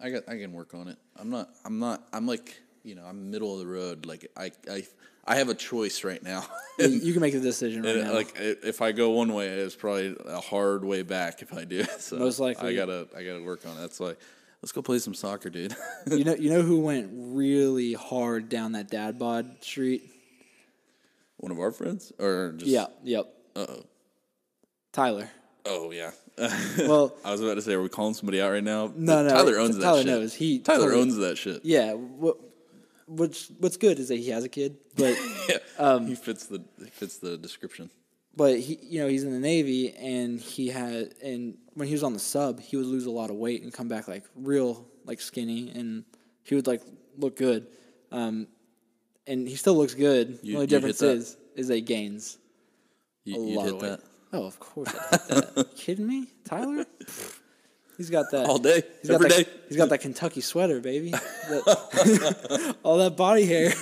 I got I can work on it. I'm not I'm not I'm like you know I'm middle of the road. Like I I I have a choice right now. You- you can make the decision right And, now. like i- if I go one way, it's probably a hard way back if I do. So Most likely. I gotta I gotta work on it. That's why let's go play some soccer, dude. you know, you know who went really hard down that dad bod street? One of our friends or just Yeah, yep. Uh oh. Tyler. Oh yeah. Well, I was about to say, are we calling somebody out right now? No, no, Tyler owns that Tyler shit. knows. He Tyler totally- owns that shit. yeah. What, what's what's good is that he has a kid, but Yeah. um, he fits the he fits the description. but he, you know, he's in the navy, and he had, and when he was on the sub, he would lose a lot of weight and come back like real, like skinny, and he would like look good, um, and he still looks good. the only You- you'd hit difference that? is is that he gains. You, a you'd lot hit of weight. that Oh, of course. I hit that. You kidding me, Tyler? He's got that all day, He's got every day. that, He's got that Kentucky sweater, baby. That- all that body hair.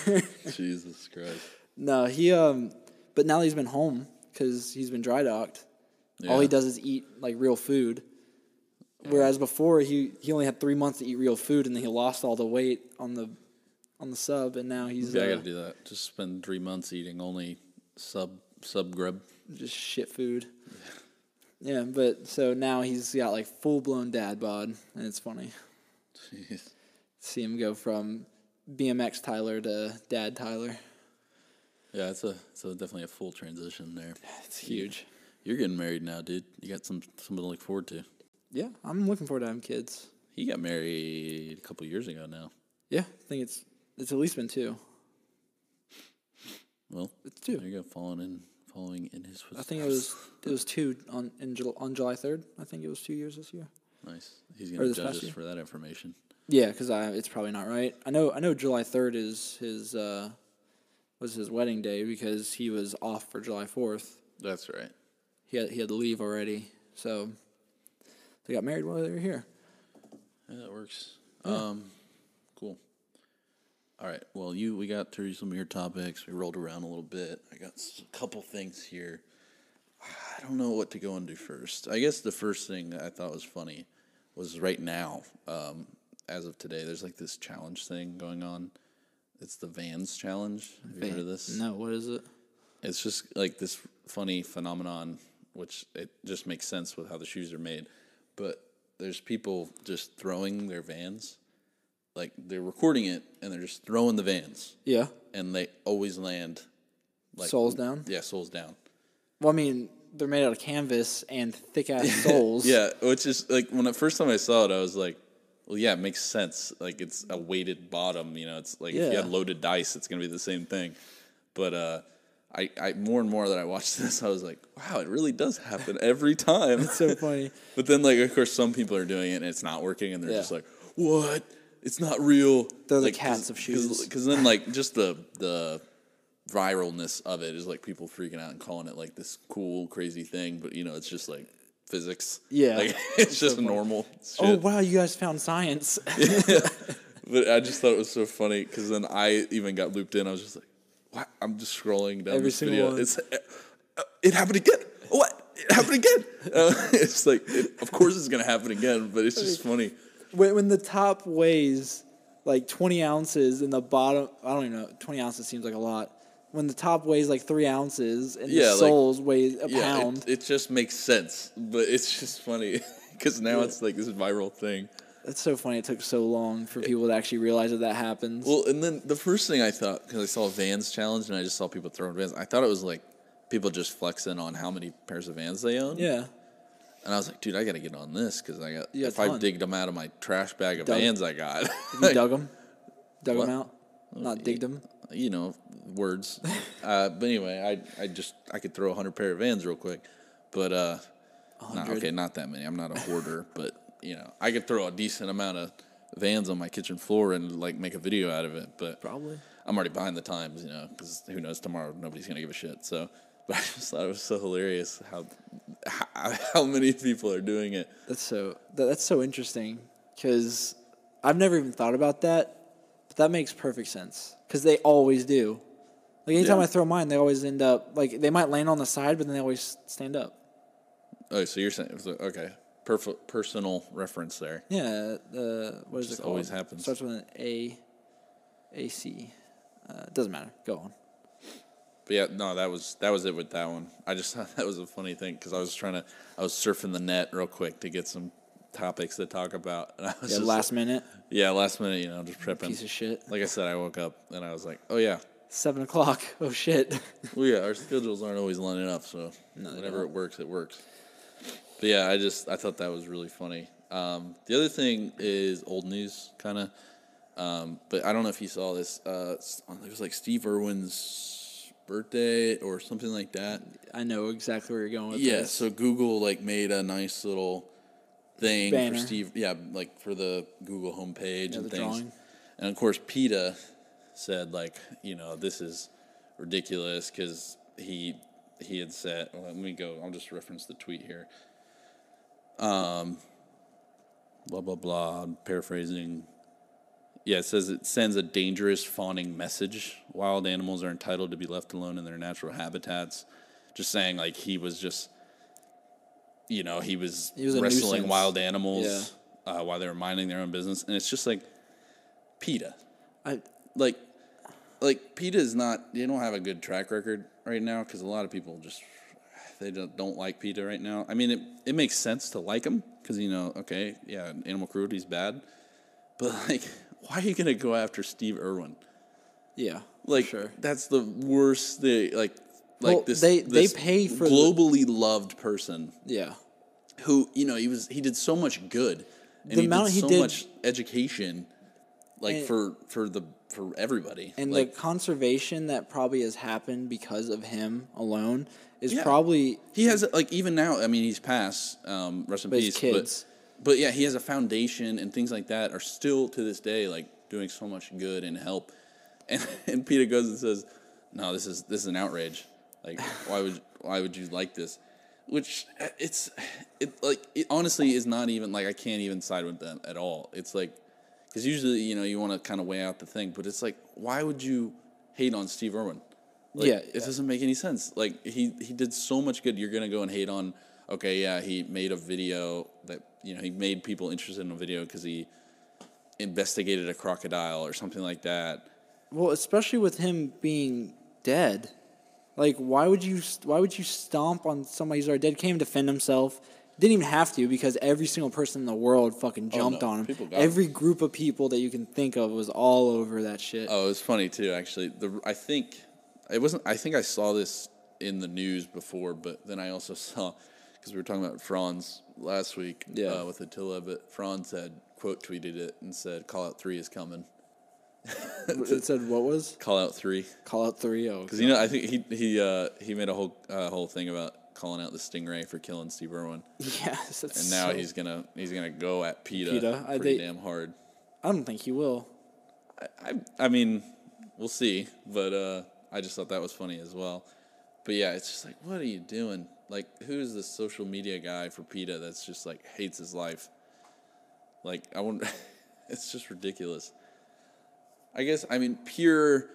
Jesus Christ. no, he um, but now that he's been home because he's been dry docked. All Yeah. he does is eat like real food. Whereas before he he only had three months to eat real food, and then he lost all the weight on the on the sub, and now he's Yeah, I uh, gotta do that. Just spend three months eating only sub sub grub. just shit food. Yeah, but so now he's got like full blown dad bod, and it's funny to Jeez. see him go from BMX Tyler to Dad Tyler. Yeah, it's a it's a, definitely a full transition there. It's huge. You're getting married now, dude. You got some something to look forward to. Yeah, I'm looking forward to having kids. He got married a couple years ago now. Yeah, I think it's it's at least been two. Well, It's two. there you go, following in following in his I footsteps. think it was it was two on in Jul- on July third. I think it was two years this year. nice. He's or gonna this judge past us year. for that information. Yeah, because I it's probably not right. I know I know July third is his uh, was his wedding day because he was off for July fourth. That's right. He had he had to leave already, so they got married while they were here. Yeah, that works. Um, cool. All right. Well, you we got through some of your topics. We rolled around a little bit. I got s- a couple things here. I don't know what to go into first. I guess the first thing that I thought was funny was right now, um, as of today, there's like this challenge thing going on. It's the Vans challenge. Have you heard of this? No, what is it? It's just like this funny phenomenon, which it just makes sense with how the shoes are made. But there's people just throwing their vans, like they're recording it and they're just throwing the vans, Yeah, and they always land, like soles down. yeah, soles down. Well, I mean they're made out of canvas and thick ass soles. Yeah, which is like when the first time I saw it, I was like, well, yeah, it makes sense. Like it's a weighted bottom, you know. It's like if you Yeah. had loaded dice, it's gonna be the same thing. But uh, I, I more and more that I watched this, I was like, wow, it really does happen every time. so funny. But then, like, of course, some people are doing it and it's not working, and they're Yeah. just like, "What? It's not real." They're the like, cats of shoes. Because then, like, just the the viralness of it is like people freaking out and calling it like this cool, crazy thing. But you know, it's just like physics. Yeah. like, it's just normal. Shit. Oh wow, you guys found science. But I just thought it was so funny because then I even got looped in. I was just like, "What?" I'm just scrolling down Every this single video. one. It's uh, it happened again. What? It happened again. Uh, it's like, it, of course, it's gonna happen again. But it's just funny. when, when the top weighs like 20 ounces and the bottom i don't even know 20 ounces seems like a lot when the top weighs like three ounces and Yeah, the like- soles weigh a Yeah, pound It, it just makes sense, but it's just funny because now it's like this viral thing. it's so funny it took so long for people to actually realize that that happens Well, and then the first thing I thought because I saw Vans challenge and I just saw people throwing Vans, I thought it was like people just flexing on how many pairs of Vans they own. yeah and I was like, dude, I got to get on this because I got You got if a I ton. digged them out of my trash bag of Dug- Vans, I got. you dug them dug What? them out not digged them you know, words. uh, but anyway, I I just I could throw a hundred pair of Vans real quick, but uh, not, 100. okay, not that many. I'm not a hoarder, but you know, I could throw a decent amount of Vans on my kitchen floor and like make a video out of it. But probably I'm already behind the times, you know, because who knows tomorrow nobody's gonna give a shit. So, but I just thought it was so hilarious how how, how many people are doing it. that's so that, that's so interesting because i've never even thought about that but that makes perfect sense because they always do like anytime Yeah. i throw mine they always end up like they might land on the side but then they always stand up Oh, so you're saying so, okay, perf- personal reference there. Yeah, uh, what is Just it called? always happens. Starts with an A, A C. Uh, doesn't matter. Go on. But yeah, no, that was that was it with that one. I just thought that was a funny thing because I was trying to I was surfing the net real quick to get some topics to talk about. And I was Yeah, just- last minute. yeah, last minute, you know, just prepping. Piece of shit. Like I said, I woke up and I was like, oh yeah, Seven o'clock. Oh shit. well yeah, our schedules aren't always lining up, so they whenever don't. it works, it works. But yeah, I just I thought that was really funny. Um, the other thing is old news, kind of. Um, but I don't know if you saw this. Uh, s- it was like Steve Irwin's birthday or something like that. I know exactly where you're going with Yeah, this. so Google like made a nice little thing Banner. for Steve. Yeah, like for the Google homepage and the things. drawing. And of course, PETA said like, you know, this is ridiculous because he he had said. Well, let me go. I'll just reference the tweet here. Um, blah blah blah. I'm paraphrasing. Yeah, it says it sends a dangerous fawning message. Wild animals are entitled to be left alone in their natural habitats. Just saying, like he was just you know, he was, He was a wrestling nuisance. wild animals uh, while they were minding their own business, and it's just like PETA, I like, like PETA is not they don't have a good track record right now because a lot of people just they don't, don't like PETA right now. I mean, it it makes sense to like them because you know, okay, yeah, animal cruelty is bad, but like, why are you gonna go after Steve Irwin? yeah. Like sure. that's the worst. They like like Well, this. they- they this pay for the- globally loved person Yeah. who you know he was he did so much good and The he amount did he so did- much education like And- for for the for everybody And like the conservation that probably has happened because of him alone is Yeah. probably he has like even now i mean he's passed um rest in But peace his kids. but but yeah he has a foundation and things like that are still to this day like doing so much good and help and and peter goes and says no this is this is an outrage like why would why would you like this which uh, it's it like it honestly is not even like i can't even side with them at all it's like because usually you know you want to kind of weigh out the thing but it's like why would you hate on steve irwin like, Yeah, it doesn't make any sense. Like he he did so much good. You're gonna go and hate on. Okay, yeah, he made a video that you know he made people interested in a video because he investigated a crocodile or something like that. well, especially with him being dead. Like, why would you? st- Why would you stomp on somebody who's already dead? Can't even defend himself. Didn't even have to because every single person in the world fucking jumped Oh, no, on people him. got him. Every group of people that you can think of was all over that shit. Oh, it was funny too. Actually, the I think it wasn't. I think I saw this in the news before, but then I also saw because we were talking about Franz last week Yeah. uh, with Attila, but Franz had quote tweeted it and said, "Call out three is coming." it said what was Call out three. call out three oh. zero. Because you know, I think he he uh, he made a whole uh, whole thing about calling out the stingray for killing Steve Irwin, Yes, that's and now so- he's gonna he's gonna go at PETA, PETA, I pretty think- damn hard. I don't think he will. I I mean, we'll see, but uh, I just thought that was funny as well. But yeah, it's just like, what are you doing? Like, who's the social media guy for PETA that's just like hates his life? Like, I wonder. it's just ridiculous. I guess I mean pure,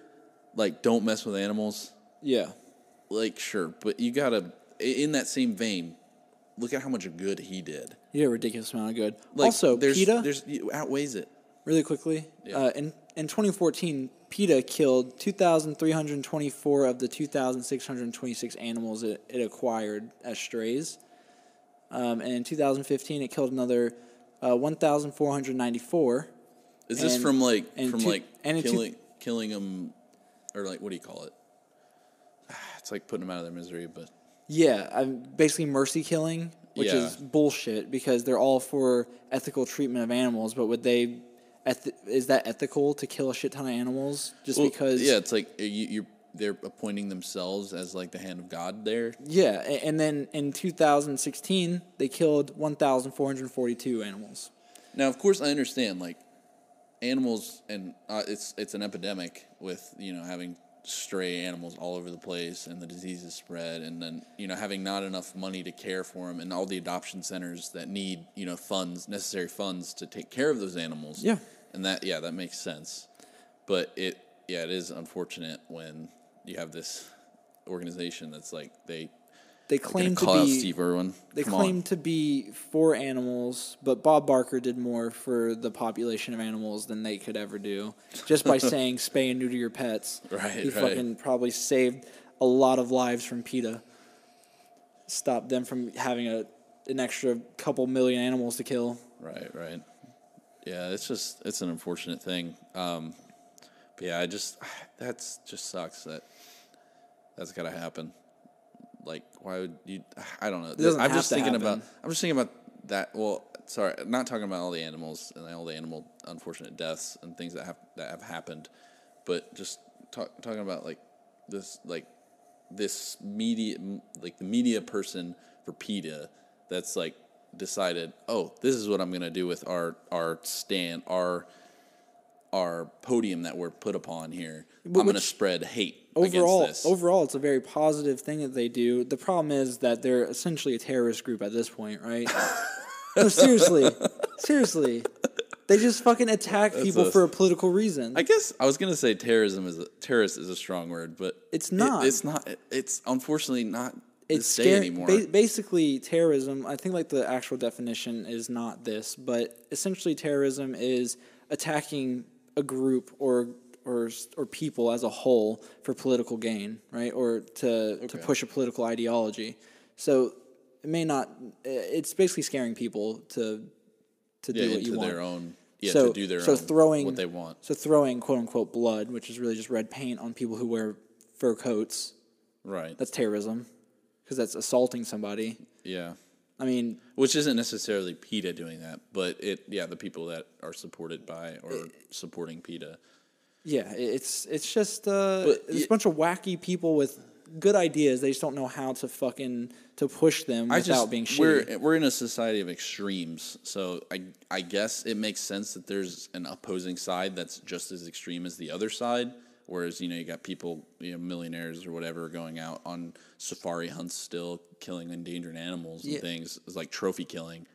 like don't mess with animals. Yeah, like sure, but you gotta i- in that same vein. Look at how much good he did. he did a ridiculous amount of good. Like, also, there's, PETA. there's you outweighs it. really quickly. Yeah. Uh, in in 2014, PETA killed 2,324 of the 2,626 animals it, it acquired as strays. Um, and in 2015, it killed another uh, 1,494. Is this And- from like and from two- like and in two- killing killing them, or like what do you call it? It's like putting them out of their misery, but Yeah, I'm basically mercy killing, which Yeah. is bullshit because they're all for ethical treatment of animals. But would they, eth- is that ethical to kill a shit ton of animals just Well, because? yeah, it's like uh, you, you're they're appointing themselves as like the hand of God there. Yeah, a- and then in 2016 they killed 1,442 animals. Now, of course, I understand like animals, and uh, it's it's an epidemic with you know having stray animals all over the place, and the diseases spread, and then you know having not enough money to care for them, and all the adoption centers that need you know funds, necessary funds to take care of those animals. Yeah. and that yeah that makes sense, but it yeah it is unfortunate when you have this organization that's like they They gonna claim to call out be Steve Irwin. they Come on. claim to be for animals, but Bob Barker did more for the population of animals than they could ever do just by saying spay and neuter your pets. Right, he right. fucking probably saved a lot of lives from PETA. Stopped them from having a an extra couple million animals to kill. Right, right. Yeah, it's just it's an unfortunate thing. Um, but yeah, I just that's just sucks that that's gotta happen. Like, why would you? I don't know. doesn't I'm have just to thinking about. happen. I'm just thinking about that. Well, sorry, not talking about all the animals and all the animal unfortunate deaths and things that have that have happened, but just talk, talking about like this, like this media, like the media person for PETA that's like decided, oh, this is what I'm gonna do with our our stand, our our podium that we're put upon here. But I'm gonna which- spread hate overall against this. overall it's a very positive thing that they do the problem is that they're essentially a terrorist group at this point right no seriously seriously they just fucking attack people a- for a political reason I guess I was gonna say terrorism is a, terrorist is a strong word, but It's it- not. it's not. It's unfortunately not it's day scary. anymore. Ba- basically, terrorism. I think like the actual definition is not this, but essentially, terrorism is attacking a group or or s- or people as a whole for political gain, right? Or to to Okay. push a political ideology. So it may not. i- It's basically scaring people to to yeah, do what into you want. their own. Yeah, so to do their so own. throwing what they want. So throwing quote unquote blood, which is really just red paint on people who wear fur coats. Right. That's terrorism, because that's assaulting somebody. yeah. I mean, Which isn't necessarily PETA doing that, but it yeah, the people that are supported by or supporting PETA. yeah, i- it's it's just uh, But it's a y- bunch of wacky people with good ideas. They just don't know how to fucking to push them I without just being shitty. we're we're in a society of extremes, so I I guess it makes sense that there's an opposing side that's just as extreme as the other side. Whereas you know you got people you know millionaires or whatever going out on safari hunts still killing endangered animals and Yeah. things it's like trophy killing.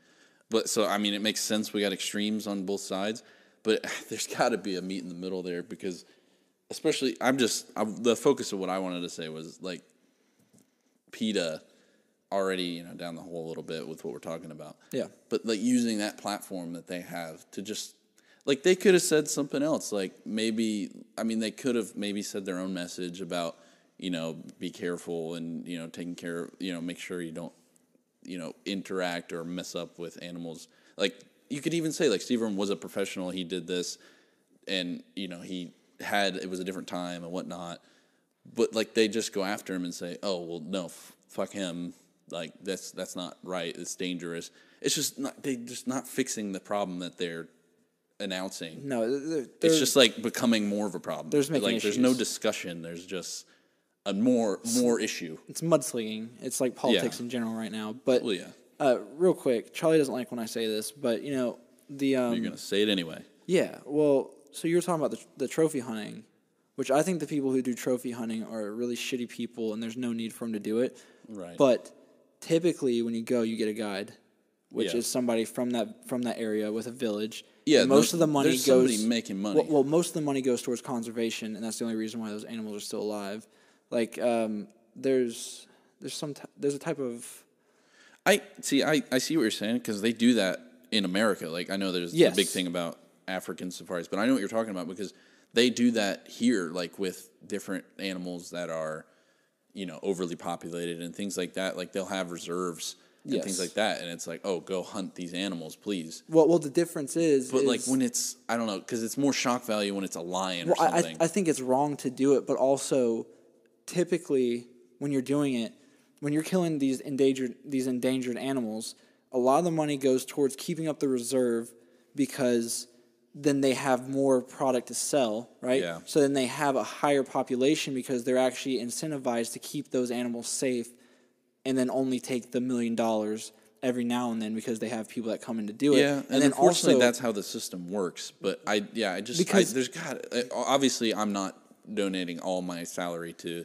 But so I mean it makes sense we got extremes on both sides, but there's got to be a meet in the middle there because especially I'm just I'm, the focus of what I wanted to say was like PETA already, you know, down the hole a little bit with what we're talking about. Yeah. But like using that platform that they have to just like they could have said something else. Like maybe I mean they could have maybe said their own message about, you know, be careful and, you know, taking care of you know, make sure you don't, you know, interact or mess up with animals. Like you could even say like Steve Irwin was a professional, he did this and, you know, he had it was a different time and whatnot but like they just go after him and say, "Oh well, no, f- fuck him. Like that's that's not right. It's dangerous. It's just not they just not fixing the problem that they're announcing. no, they're, it's just like becoming more of a problem. There's making like there's no issues. discussion. There's just a more more issue. it's mudslinging. It's like politics in general right now. But Well, yeah, uh, real quick, Charlie doesn't like when I say this, but you know the um, you're gonna say it anyway. Yeah, well, so you were talking about the, the trophy hunting, which I think the people who do trophy hunting are really shitty people, and there's no need for them to do it. Right. But typically, when you go, you get a guide, which Yeah. is somebody from that from that area with a village. Yeah, And most there's- of the money there's goes somebody making money. Well, well, most of the money goes towards conservation, and that's the only reason why those animals are still alive. Like, um, there's there's some t- there's a type of I see. I, I see what you're saying because they do that in America. Like I know there's Yes. a big thing about African safaris, but I know what you're talking about because they do that here, like with different animals that are, you know, overly populated and things like that. Like they'll have reserves and Yes. things like that, and it's like, oh, go hunt these animals, please. well, well, the difference is, But like is- when it's, I don't know, because it's more shock value when it's a lion or Well, I, I, something. I think it's wrong to do it, but also, typically, when you're doing it, when you're killing these endangered these endangered animals, a lot of the money goes towards keeping up the reserve because then they have more product to sell, right? Yeah. So then they have a higher population because they're actually incentivized to keep those animals safe, and then only take the million dollars every now and then because they have people that come in to do it. Yeah, and, then unfortunately, also, that's how the system works. But I, yeah, I just I, Because- there's God. Obviously, I'm not donating all my salary to,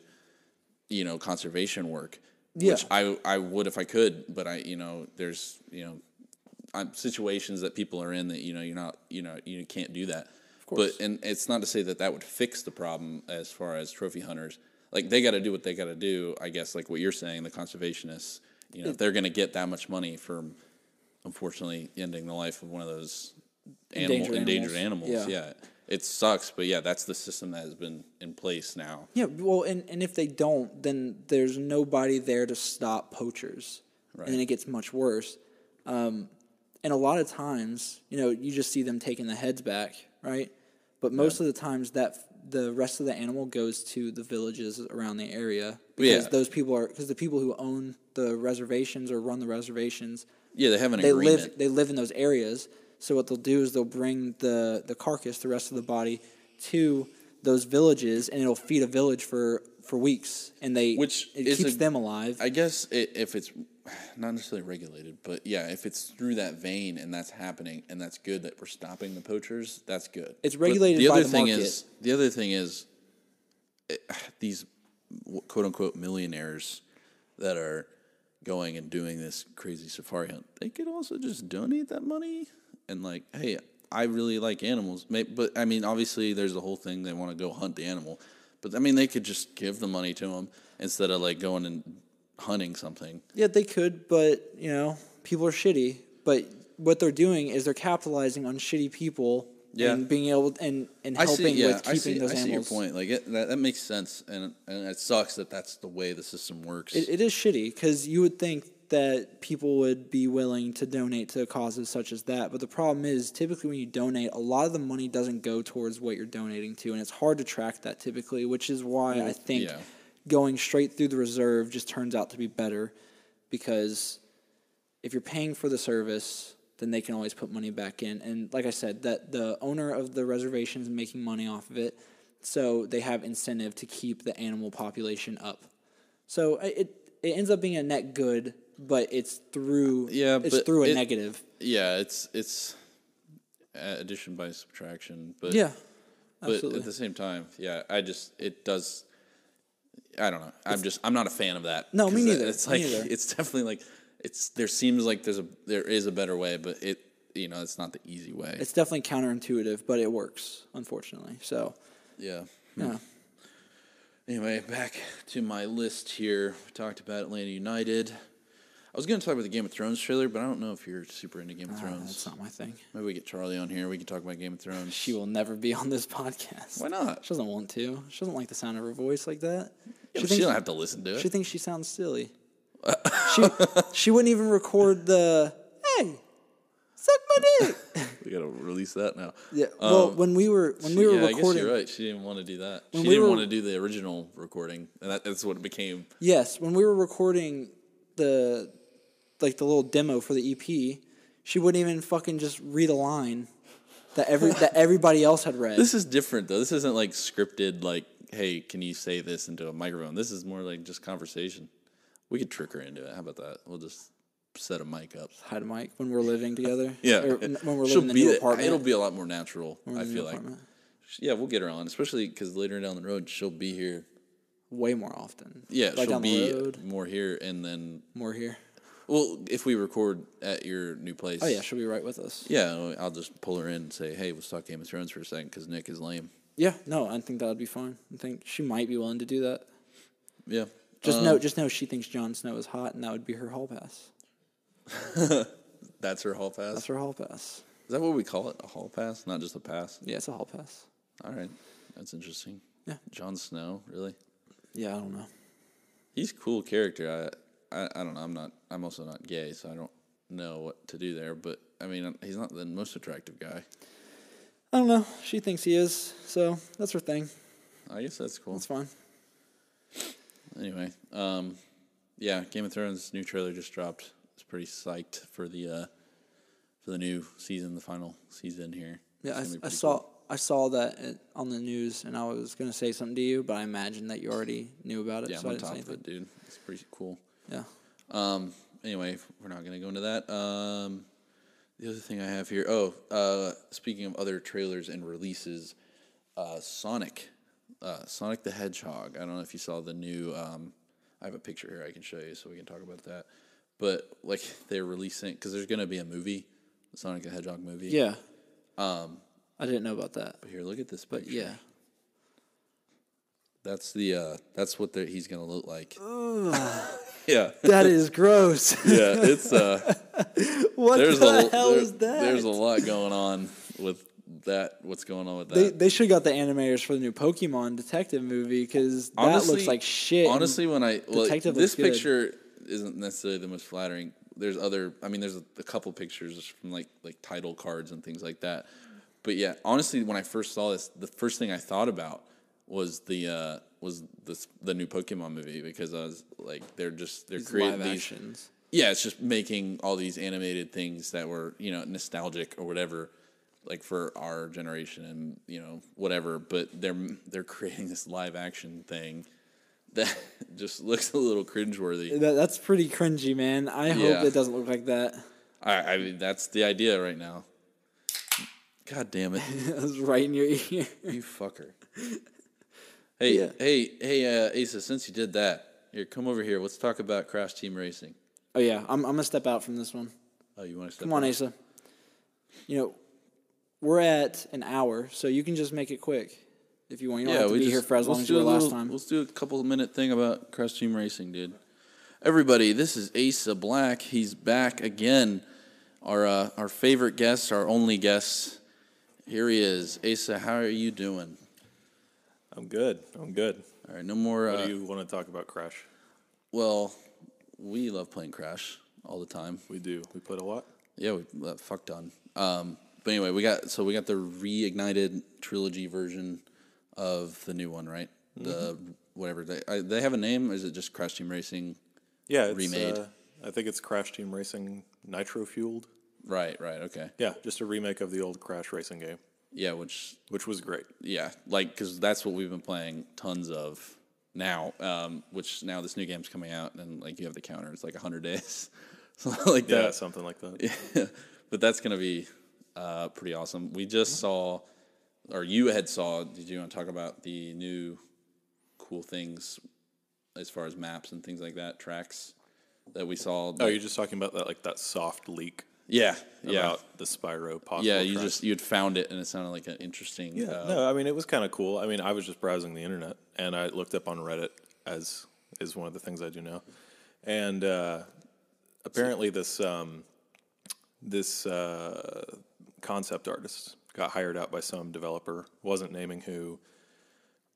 you know, conservation work. Yeah. Which I I would if I could, but I you know there's you know, I'm, situations that people are in that you know you're not you know you can't do that. Of course. But and it's not to say that that would fix the problem as far as trophy hunters. Like they got to do what they got to do. I guess like what you're saying, the conservationists. You know, if they're going to get that much money from unfortunately ending the life of one of those animal, Endangered endangered, animals. animals. Yeah. Yeah. it sucks, but yeah, that's the system that has been in place now. Yeah, well, and, and if they don't, then there's nobody there to stop poachers. And then Right. it gets much worse. Um, and a lot of times, you know, you just see them taking the heads back, right? But most of the times, that f- the rest of the animal goes to the villages around the area because Yeah. those people are because the people who own the reservations or run the reservations Yeah, they have an they agreement. live they live in those areas. So what they'll do is they'll bring the the carcass, the rest of the body, to those villages, and it'll feed a village for for weeks, and they Which it is keeps a- them alive. I guess i if it's not necessarily regulated, but yeah, if it's through that vein and that's happening and that's good that we're stopping the poachers, that's good. It's But regulated the by other the thing market. is the other thing is eh, these quote unquote millionaires that are going and doing this crazy safari hunt. They could also just donate that money and like, hey, I really like animals, May- but I mean, obviously, there's the whole thing they want to go hunt the animal, but I mean, they could just give the money to them instead of like going and hunting something. Yeah, they could, but you know, people are shitty. But what they're doing is they're capitalizing on shitty people Yeah. and being able and and helping with keeping I see, those I see your animals. point. Like it, that, that makes sense, and and it sucks that that's the way the system works. It, it is shitty because you would think that people would be willing to donate to causes such as that, but the problem is typically when you donate, a lot of the money doesn't go towards what you're donating to, and it's hard to track that typically, which is why I think yeah. going straight through the reserve just turns out to be better because if you're paying for the service, then they can always put money back in. And like I said, that the owner of the reservation is making money off of it, so they have incentive to keep the animal population up. So i- it it ends up being a net good, but it's through Yeah, it's but through a it- negative. yeah, it's it's uh, addition by subtraction, but Yeah, but absolutely. at the same time, yeah, I just it does. I don't know. I'm just I'm not a fan of that. No, me 'cause neither, It's like me neither. it's definitely like it's there seems like there's a there is a better way, but it you know it's not the easy way. it's definitely counterintuitive, but it works unfortunately. So yeah. yeah, Anyway, back to my list here. We talked about Atlanta United. I was going to talk about the Game of Thrones trailer, but I don't know if you're super into Game of Ah, that's Thrones. not my thing. Maybe we get Charlie on here. We can talk about Game of Thrones. She will never be on this podcast. Why not? She doesn't want to. She doesn't like the sound of her voice like that. Yeah, but she she, thinks don't have to listen to it. she thinks she sounds silly. she she wouldn't even record the hey, suck my dick. we got to release that now. yeah. Well, Um, when we were when she- we were yeah, I guess recording, you're right. She didn't want to do that. When she we didn't were- want to do the original recording, and that, that's what it became. yes, when we were recording the like the little demo for the EP, she wouldn't even fucking just read a line that every that everybody else had read. This is different though. This isn't like scripted. Like, hey, can you say this into a microphone? This is more like just conversation. We could trick her into it. How about that? We'll just set a mic up. Hide a mic when we're living together. Yeah, Or n- when we're She'll living in the be new the- apartment. It'll be a lot more natural. in I the new feel like. apartment. Yeah, we'll get her on, especially because later down the road she'll be here. way more often. Yeah, like she'll down be the road, more here, and then more here. well, if we record at your new place. Oh yeah, she'll be right with us. Yeah, I'll just pull her in and say, "Hey, let's talk Game of Thrones for a second because Nick is lame." Yeah, no, I think that would be fine. I think she might be willing to do that. Yeah, Just Um, know, just know she thinks Jon Snow is hot, and that would be her hall pass. Uh, that's her hall pass. That's her hall pass. Is that what we call it? A hall pass, not just a pass. Yeah, it's a hall pass. All right, that's interesting. Yeah. Jon Snow, really? Yeah, I don't know. He's a cool character. I, I, I don't know. I'm not. I'm also not gay, so I don't know what to do there. But I mean, he's not the most attractive guy. I don't know. She thinks he is, so that's her thing. I guess that's cool. That's fine. Anyway, um, yeah, Game of Thrones new trailer just dropped. It's pretty psyched for the uh, for the new season, the final season here. Yeah, It's I, gonna be I pretty saw cool. I saw that it- on the news, and I was gonna say something to you, but I imagine that you already knew about it, Yeah, so I'm I on didn't say top of anything. it, dude. It's pretty cool. Yeah, Um, anyway, we're not gonna go into that. Um, the other thing I have here. Oh, uh, speaking of other trailers and releases, uh, Sonic, uh, Sonic the Hedgehog. I don't know if you saw the new. Um, I have a picture here I can show you, so we can talk about that. But like they're releasing because there's gonna be a movie, Sonic the Hedgehog movie. yeah. Um, Um, I didn't know about that. Here, look at this picture. Yeah. That's the. Uh, that's what they're- he's gonna look like. yeah. That is gross. Yeah. It's. Uh, what there's the a hell there- is that? There's a lot going on with that. What's going on with that? they they should got the animators for the new Pokemon detective movie because that Honestly- looks like shit. and Honestly, when I well, Detective this looks good. picture isn't necessarily the most flattering. There's other. I mean, there's a, a couple pictures from like like title cards and things like that. But yeah, honestly, when I first saw this, the first thing I thought about was the uh, was this the new Pokemon movie because I was like, they're just they're these creating live these actions. yeah, it's just making all these animated things that were, you know, nostalgic or whatever, like for our generation and, you know, whatever, but they're they're creating this live action thing that just looks a little cringeworthy. That, that's pretty cringy, man. I Yeah. hope it doesn't look like that. I I mean that's the idea right now. God damn it. it's right in your ear. You fucker. Hey, Yeah. hey, hey, uh, Asa, since you did that, here, come over here. Let's talk about Crash Team Racing. Oh yeah, I'm I'm gonna step out from this one. Oh, you want to step Come on, up? Asa. You know, we're at an hour, so you can just make it quick if you want. You don't have to be just- here for as let's long as do you were a last little- time. Let's do a couple minute thing about cross team racing, dude. Everybody, this is Asa Black. He's back again. Our uh, our favorite guest, our only guest. Here he is. Asa, how are you doing? I'm good. I'm good. All right, no more. What Uh, do you want to talk about Crash? well, we love playing Crash all the time. We do. We played a lot. Yeah, we uh, fucked on. Um, but anyway, we got so we got the reignited trilogy version of the new one, right? Mm-hmm. The whatever they I, they have a name. Or is it just Crash Team Racing? Yeah, it's, Remade. Uh, I think it's Crash Team Racing Nitro Fueled. Right, right, okay, Yeah, just a remake of the old Crash Racing game, yeah. Which which was great. yeah, like because that's what we've been playing tons of now. Um, which now this new game's coming out, and like you have the counter, it's like hundred days, so like Yeah, that. something like that. but that's gonna be uh, pretty awesome. We just saw, or you had saw. Did you want to talk about the new cool things as far as maps and things like that, tracks that we saw? Oh, you're just talking about that like that soft leak yeah, yeah, about the Spyro possible. yeah. You track. just you'd found it, and it sounded like an interesting. Yeah, uh, no, I mean it was kind of cool. I mean, I was just browsing the internet and I looked up on Reddit as is one of the things I do now, and uh, apparently this um, this uh, concept artist got hired out by some developer, wasn't naming who,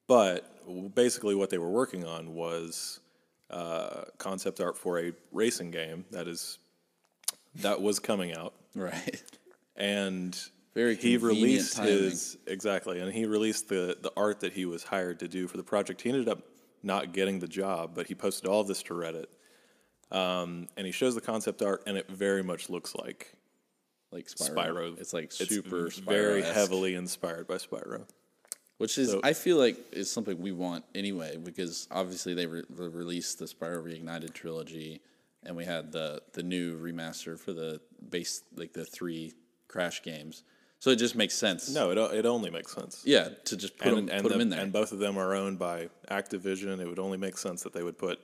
but w- basically what they were working on was uh, concept art for a racing game that is that was coming out right. and Very he convenient released timing. his exactly and he released the the art that he was hired to do for the project he ended up not getting the job but he posted all of this to reddit um, and he shows the concept art and it very much looks like Like Spyro. spyro It's like super it's very Spyro-esque. heavily inspired by spyro Which is, So- I feel like, is something we want anyway, because obviously they, re- they released the Spyro Reignited trilogy, and we had the the new remaster for the base, like the three Crash games. So it just makes sense. no it, o- it only makes sense Yeah, to just put them, and, put 'em the- in there. and both of them are owned by activision it would only make sense that they would put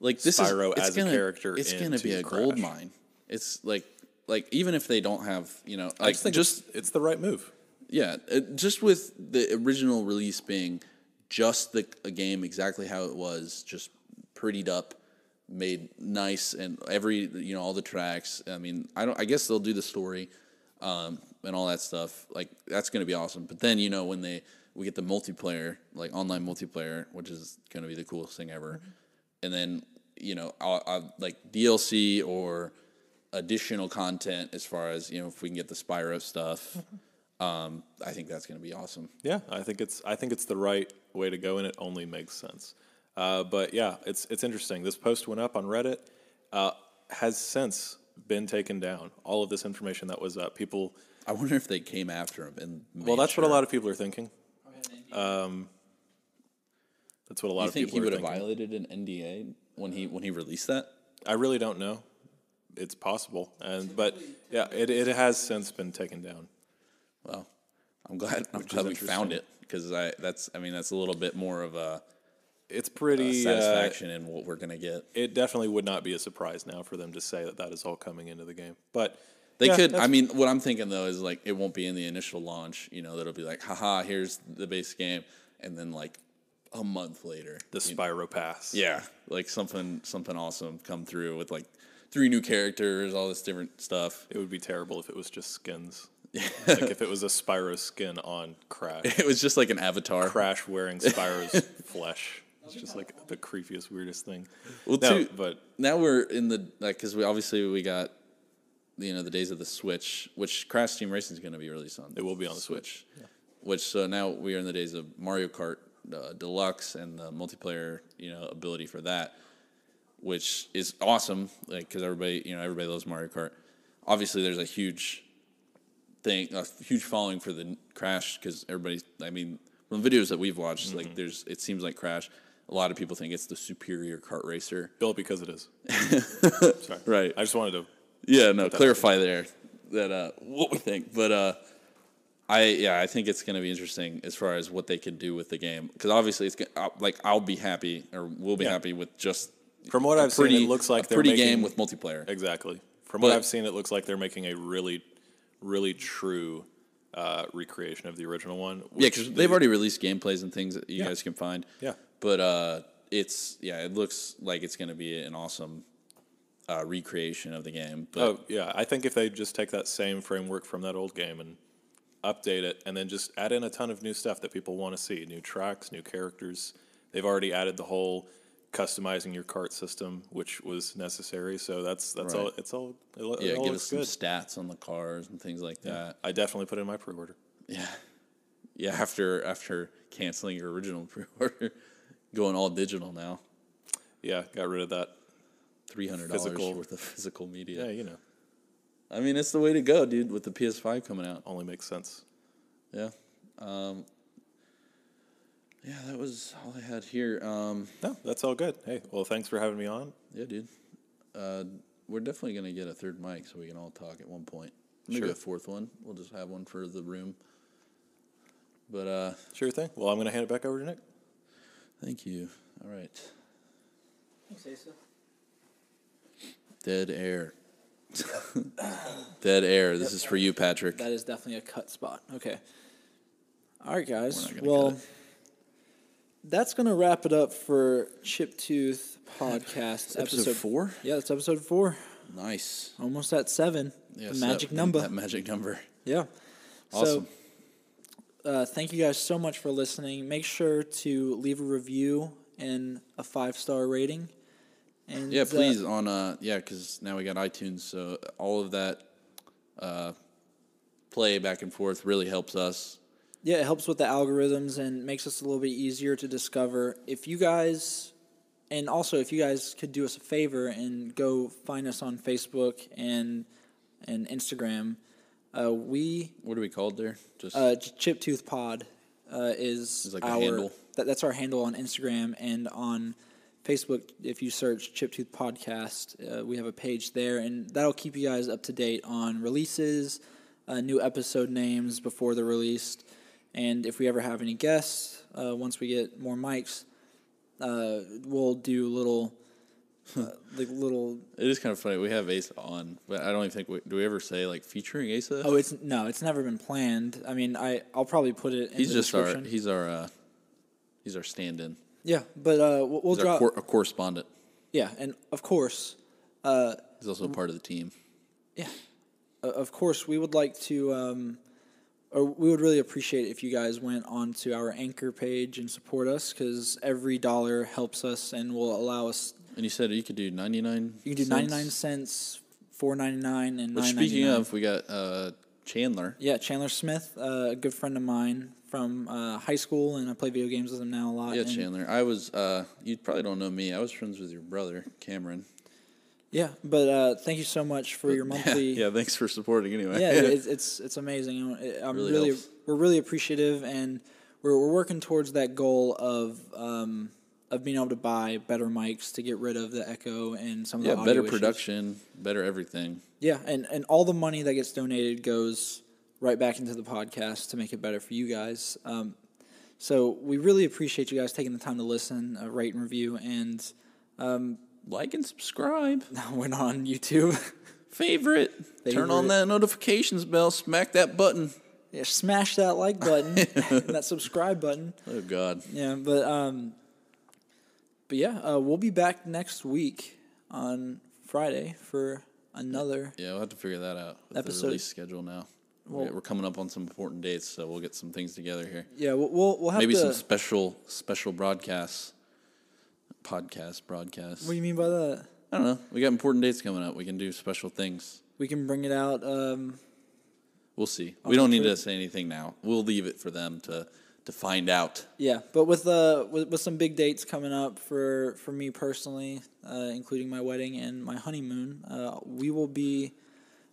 like this is, Spyro it's as a gonna, character It's gonna be into a gold Crash. mine. It's like like even if they don't have you know like i just think just it's, it's the right move Yeah, uh, just with the original release being just the a game exactly how it was, just prettied up, made nice, and every you know all the tracks. I mean, I don't. I guess they'll do the story, um, and all that stuff. Like that's gonna be awesome. But then you know when they we get the multiplayer, like online multiplayer, which is gonna be the coolest thing ever. And then you know, i i like DLC or additional content as far as you know if we can get the Spyro stuff. Um, I think that's going to be awesome. Yeah, I think it's I think it's the right way to go, and it only makes sense. Uh, but yeah, it's it's interesting. This post went up on Reddit, uh, has since been taken down. All of this information that was up, people. I wonder if they came after him and made Well, that's sure. what a lot of people are thinking. Um, that's what a lot You of think people he are would have thinking. violated an NDA when he when he released that? I really don't know. It's possible, and but yeah, it, it has since been taken down. Well, I'm glad I'm glad we found it because I that's I mean that's a little bit more of a It's pretty. Uh, satisfaction in what we're gonna get. it definitely would not be a surprise now for them to say that that is all coming into the game, but. They yeah, could. that's I mean, what I'm thinking though is like it won't be in the initial launch. You know, that'll be like, haha, here's the base game, and then like a month later, the Spyro Pass. yeah, like something something awesome come through with like three new characters, all this different stuff. It would be terrible if it was just skins. like if it was a Spyro skin on Crash. It was just like an avatar. Crash wearing Spyro's flesh. It's just like the creepiest, weirdest thing. Well, no, too- but now we're in the like because we obviously we got you know the days of the Switch, which Crash Team Racing is going to be released on. It will be on the Switch. Which so now we are in the days of Mario Kart uh, Deluxe and the multiplayer you know ability for that, which is awesome. Like because everybody you know everybody loves Mario Kart. Obviously, there's a huge thing, a huge following for the n- Crash because everybody. I mean, from the videos that we've watched, Mm-hmm. like there's it seems like Crash. A lot of people think it's the superior kart racer. Bill, because it is. Sorry. Right. I just wanted to. Yeah, no, clarify there that uh, what we think. But uh, I yeah, I think it's going to be interesting as far as what they can do with the game because obviously it's gonna, uh, like I'll be happy or we'll be Yeah. happy with just From what I've pretty seen, it looks like a they're pretty making, game with multiplayer. Exactly. From But- what I've seen, it looks like they're making a really, really true uh, recreation of the original one. Yeah, which because the- they've already released gameplays and things that you guys can find. Yeah. but uh, it's yeah, it looks like it's going to be an awesome uh, recreation of the game. But Oh yeah, I think if they just take that same framework from that old game and update it, and then just add in a ton of new stuff that people want to see, new tracks, new characters. They've already added the whole customizing your cart system, which was necessary. So that's that's all. Right. It's all. It, lo- it yeah, all give us looks some good. stats on the cars and things like that. I definitely put in my pre-order. Yeah. Yeah, after after canceling your original pre-order, going all digital now. Yeah, got rid of that. $300 Physical. worth of physical Yeah, media. you know, I mean, it's the way to go, dude, with the PS5 coming out. only makes sense. Yeah. Um Yeah, that was all I had here. Um No, that's all good. Hey, well, thanks for having me on. yeah, dude. Uh we're definitely going to get a third mic so we can all talk at one point. Maybe Sure. a fourth one. We'll just have one for the room. But uh Sure thing. Well, I'm gonna hand it back over to Nick. thank you. All right. Say so. Dead air. Dead air. This is for you, Patrick. That is definitely a cut spot. Okay. All right, guys. We're not gonna Well, cut it. that's going to wrap it up for Chiptooth Podcast Episode four? Yeah, it's episode four. Nice. Almost at seven. Yes, the that- magic number. That magic number. Yeah. Awesome. So, uh, thank you guys so much for listening. Make sure to leave a review and a five star rating. And Yeah, uh, please on uh yeah, because now we got iTunes, so all of that uh play back and forth really helps us. Yeah, it helps with the algorithms and makes us a little bit easier to discover. If you guys, and also if you guys could do us a favor and go find us on Facebook and and Instagram, uh, we What are we called there? Just uh, Ch- Chiptooth Pod uh, is Is like the our handle? That, that's our handle on Instagram and on Facebook. If you search Chiptooth Podcast, uh, we have a page there, and that'll keep you guys up to date on releases, uh, new episode names before they're released, and if we ever have any guests, uh, once we get more mics, uh, we'll do little. Uh, like little it is kind of funny. We have Asa on, but I don't even think we do we ever say like featuring Asa? oh it's no it's never been planned i mean i i'll probably put it in he's the just our description he's our uh he's our stand in. yeah but uh we'll, we'll He's our drop cor- a correspondent. Yeah, and of course, uh, He's also a part of the team. yeah, o- of course, we would like to, um, or we would really appreciate if you guys went onto our anchor page and support us because every dollar helps us and will allow us. And you said you could do ninety nine You can do ninety nine cents, four ninety nine, and Which nine ninety speaking nine. of, we got uh Chandler. yeah, Chandler Smith, uh, a good friend of mine from uh, high school, and I play video games with him now a lot. Yeah, and- Chandler. I was uh you probably don't know me. I was friends with your brother, Cameron. Yeah, but uh, thank you so much for your monthly. yeah, thanks for supporting anyway. yeah, it- it's it's it's amazing. and it- I'm Really really, helps. we're really appreciative, and we're we're working towards that goal of um of being able to buy better mics to get rid of the echo and some of yeah, the audio better issues. production, better everything. Yeah, and and all the money that gets donated goes right back into the podcast to make it better for you guys. Um, so we really appreciate you guys taking the time to listen, uh, rate and review, and Like and subscribe. we're not on YouTube. Favorite. Turn on Favorite. that notifications bell. Smack that button. yeah, smash that like button, and that subscribe button. Oh God. Yeah, but um, but yeah, uh, we'll be back next week on Friday for another. Yeah, we'll have to figure that out. With the Episode- release schedule now. We're- we're coming up on some important dates, so we'll get some things together here. Yeah, we'll we'll, we'll have Maybe to. some special special broadcasts. Podcast broadcasts. what do you mean by that? I don't know. We got important dates coming up. We can do special things. We can bring it out. Um, We'll see. we don't need to Twitter. say anything now. We'll leave it for them to to find out. yeah, but with uh with, with some big dates coming up for for me personally, uh, including my wedding and my honeymoon, uh, we will be.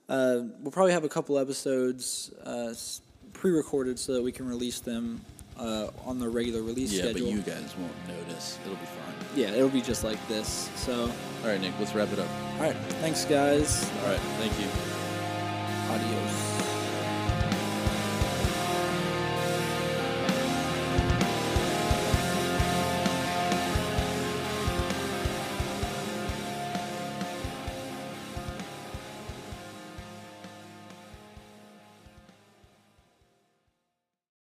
Uh, we'll probably have a couple episodes uh, s- pre-recorded so that we can release them uh, on the regular release Yeah, schedule. but you guys won't notice. It'll be fine. yeah, it'll be just like this. So. All right, Nick, let's wrap it up. All right. Thanks, guys. All right, thank you. Adios.